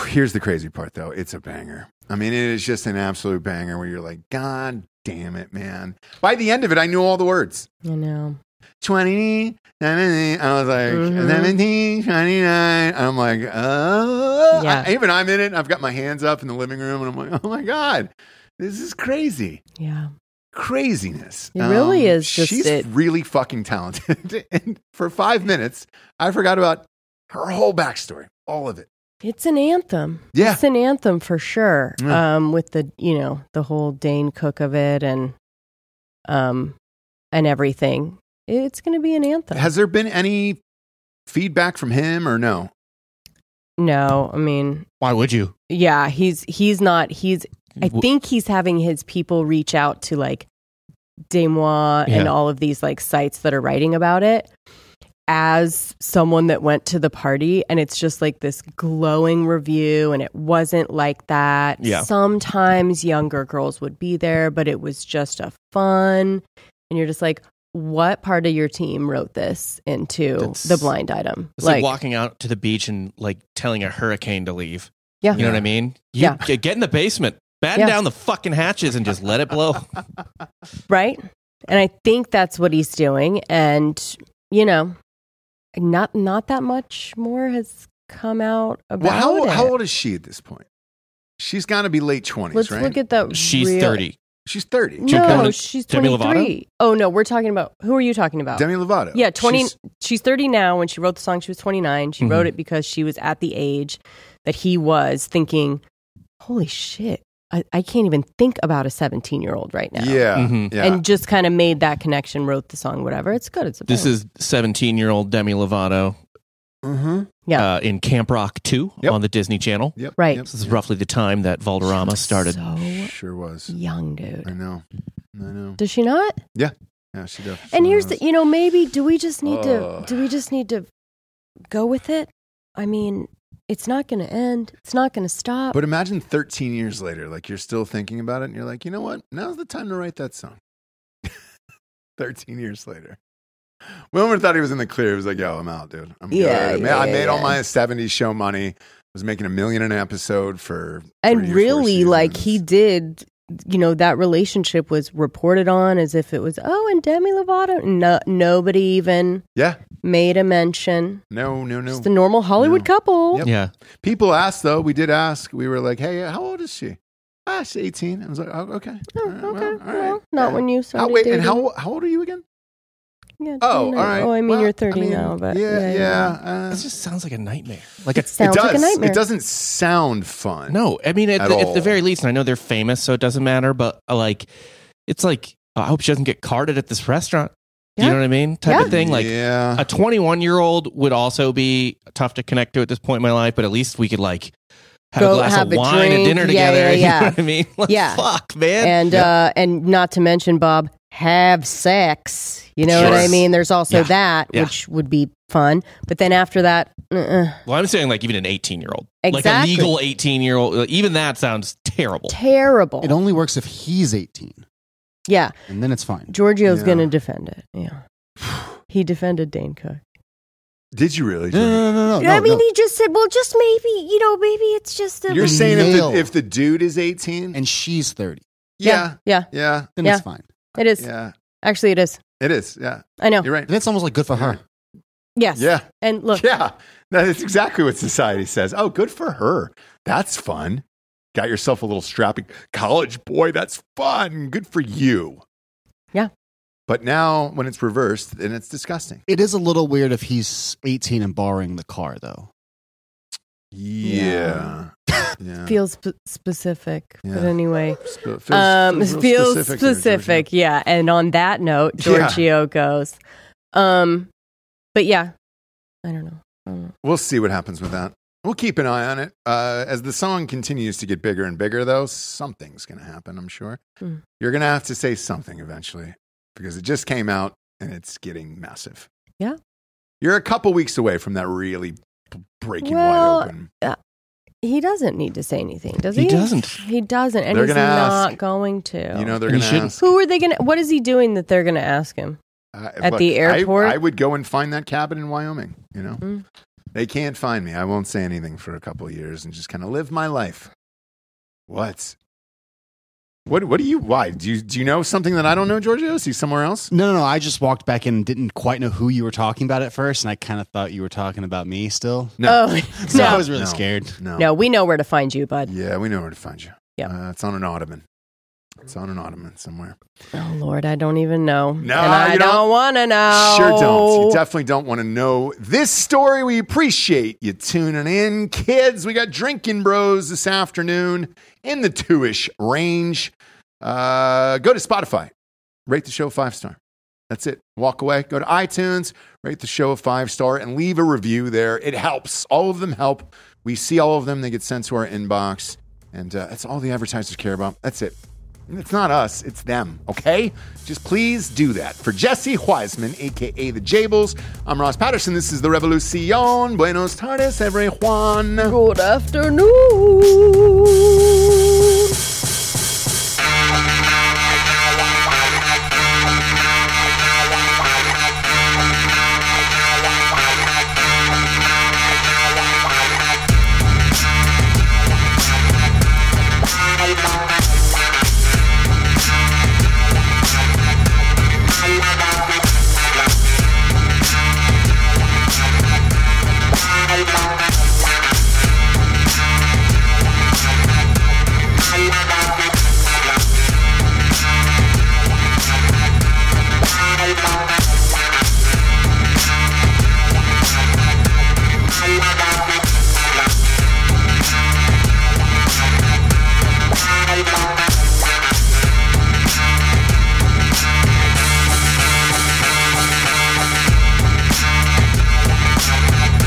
Here's the crazy part, though it's a banger. I mean, it is just an absolute banger where you're like, God damn it, man. By the end of it, I knew all the words. I know. 20, 17. I was like, Mhm. 17, 29. I'm like, uh, Yeah. I- even I'm in it. and I've got my hands up in the living room and I'm like, oh my God, this is crazy. Yeah. Craziness. Um, It really is just she's it- really fucking talented. and for five minutes, I forgot about her whole backstory, all of it. It's an anthem. Yeah. It's an anthem for sure. Yeah. Um, with the you know, the whole Dane Cook of it and um and everything. It's gonna be an anthem. Has there been any feedback from him or no? no, I mean Why would you? yeah, he's he's not he's I W- think he's having his people reach out to like Demois and Yeah. all of these like sites that are writing about it as someone that went to the party and it's just like this glowing review and it wasn't like that. Yeah. Sometimes younger girls would be there, but it was just a fun and you're just like what part of your team wrote this into That's- the blind item? It's like, walking out to the beach and like telling a hurricane to leave. Yeah. You know what I mean? You Yeah. g- get in the basement. Batten Yeah. down the fucking hatches and just let it blow. right? And I think that's what he's doing. And you know, not not that much more has come out about Well, how, it. how old is she at this point? She's got to be late 20s, Let's right? look at the. She's real- thirty. She's 30. No, she's Demi twenty Lovato? three. Oh no, we're talking about who are you talking about? Demi Lovato. yeah, twenty. She's- She's, thirty now. When she wrote the song, she was twenty nine. She Mhm. wrote it because she was at the age that he was thinking, "Holy shit, I, I can't even think about a seventeen year old right now." Yeah. Mhm. yeah. Mm-hmm. and just kind of made that connection, wrote the song, whatever. It's good. It's a This banger. is seventeen-year-old Demi Lovato Mhm. Yeah. uh, in Camp Rock Two Yep. on the Disney Channel. Yep. Right. Yep. This is roughly the time that Valderrama started. so Sure was. young, I dude. know. I know. Does she not? Yeah, she does. And here's knows. the, e- you know, maybe do we just need Ugh. to do we just need to go with it? I mean, it's not going to end. It's not going to stop. But imagine 13 years later, like you're still thinking about it and you're like, you know what? Now's the time to write that song. 13 years later. Wilmer thought he was in the clear. He was like, yo, I'm out, dude. I'm Yeah, good. I ma- yeah, I yeah, made all yeah. my 70s show money. I was making a million an episode for. three or and four really like he seasons. did you know that relationship was reported on as if it was oh and Demi Lovato no, nobody even Yeah. made a mention No, no, no. just a normal Hollywood No. couple Yep. Yeah, People asked, though. We did ask. We were like, hey, how old is she? Ah, she's 18. I was like, oh, okay. Oh, All right, okay well, all right. well, not Yeah. when you How, started wait, dating. and how, how old are you again? Yeah, Oh, all 29. right. Oh, I mean, Well, you're 30 mean, now, but yeah, yeah. uh, that just sounds like a nightmare. Like It a sounds like a nightmare. It doesn't sound fun. No, I mean at, At the, all. at the very least, and I know they're famous, so it doesn't matter. But uh, like, it's like I hope she doesn't get carded at this restaurant. Do Yeah. You know what I mean? Type Yeah. of thing. Like yeah, a 21 year old would also be tough to connect to at this point in my life. But at least we could like have Go a glass have of a wine drink. and dinner Yeah, together. yeah, yeah. You know what I mean? Like, Yeah. Fuck, man. and uh, and not to mention Bob have sex. You know what I Sure. mean? There's also Yeah. that, Yeah. which would be fun. But then after that, uh-uh. well, I'm saying like even an 18 year old, like a Exactly. legal 18 year old. Even that sounds terrible. terrible. It only works if he's 18, yeah, and then it's fine. Giorgio's Yeah. going to defend it. Yeah, he defended Dane Cook. did you really? No, no, no, Oh, no, no. I no, mean, no. he just said, "Well, just maybe, you know, maybe it's just a You're saying if Nail. the, if the dude is 18, and she's 30. yeah, yeah, yeah, Then Yeah. it's fine. it is. yeah, Actually, it is. it is. Yeah, I know. you're right. Then it's almost like good for her. Oh. Yes. Yeah, And look, yeah, that's exactly what society says. Oh, good for her. That's fun. Got yourself a little strapping college boy. That's fun. Good for you. Yeah. But now, when it's reversed, then it's disgusting. It is a little weird if he's 18 and borrowing the car, though. Yeah. Yeah. feels sp- specific. But Yeah. anyway, Sp- feels, um, feels real feels specific specific, there, Georgia. yeah. And on that note, Yeah. Giorgio goes, um, but yeah, I don't know. I don't know. We'll see what happens with that. We'll keep an eye on it. Uh, as the song continues to get bigger and bigger, though, something's going to happen, I'm sure. Mm. You're going to have to say something eventually because it just came out and it's getting massive. Yeah. You're a couple weeks away from that really b- breaking Well, wide open. He doesn't need to say anything, does he? He doesn't. He doesn't, and They're he's gonna ask. not going to. You know, they're And going to you shouldn't. ask. who are they going to? What is he doing that they're going to ask him? Uh, At the I- airport? I, would go and find that cabin in Wyoming. You know, Mm. they can't find me. I won't say anything for a couple of years and just kind of live my life. What? What? What do you? Why do you? Do you know something that I don't know, Giorgio? Is he somewhere else? No, no, no. I just walked back in and didn't quite know who you were talking about at first, and I kind of thought you were talking about me still. No. Oh So I no, was really No. scared. No. no, we know where to find you, bud. Yeah, we know where to find you. Yep. Uh, it's on an ottoman. It's on an ottoman somewhere. Oh Lord, I don't even know. No, and I you don't. want to know. Sure don't. You definitely don't want to know this story. We appreciate you tuning in. Kids, we got Drinking Bros this afternoon in the two ish range. Uh, go to Spotify, rate the show five star. That's it. Walk away. Go to iTunes, rate the show a five star, and leave a review there. It helps. All of them help. We see all of them. They get sent to our inbox. And uh, that's all the advertisers care about. That's it. And It's not us, it's them, okay? Just please do that. For Jesse Wiseman, aka the Jables, I'm Ross Patterson. This is The Revolucion. Buenos tardes, everyone. Good afternoon. Bye.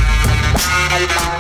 Bye.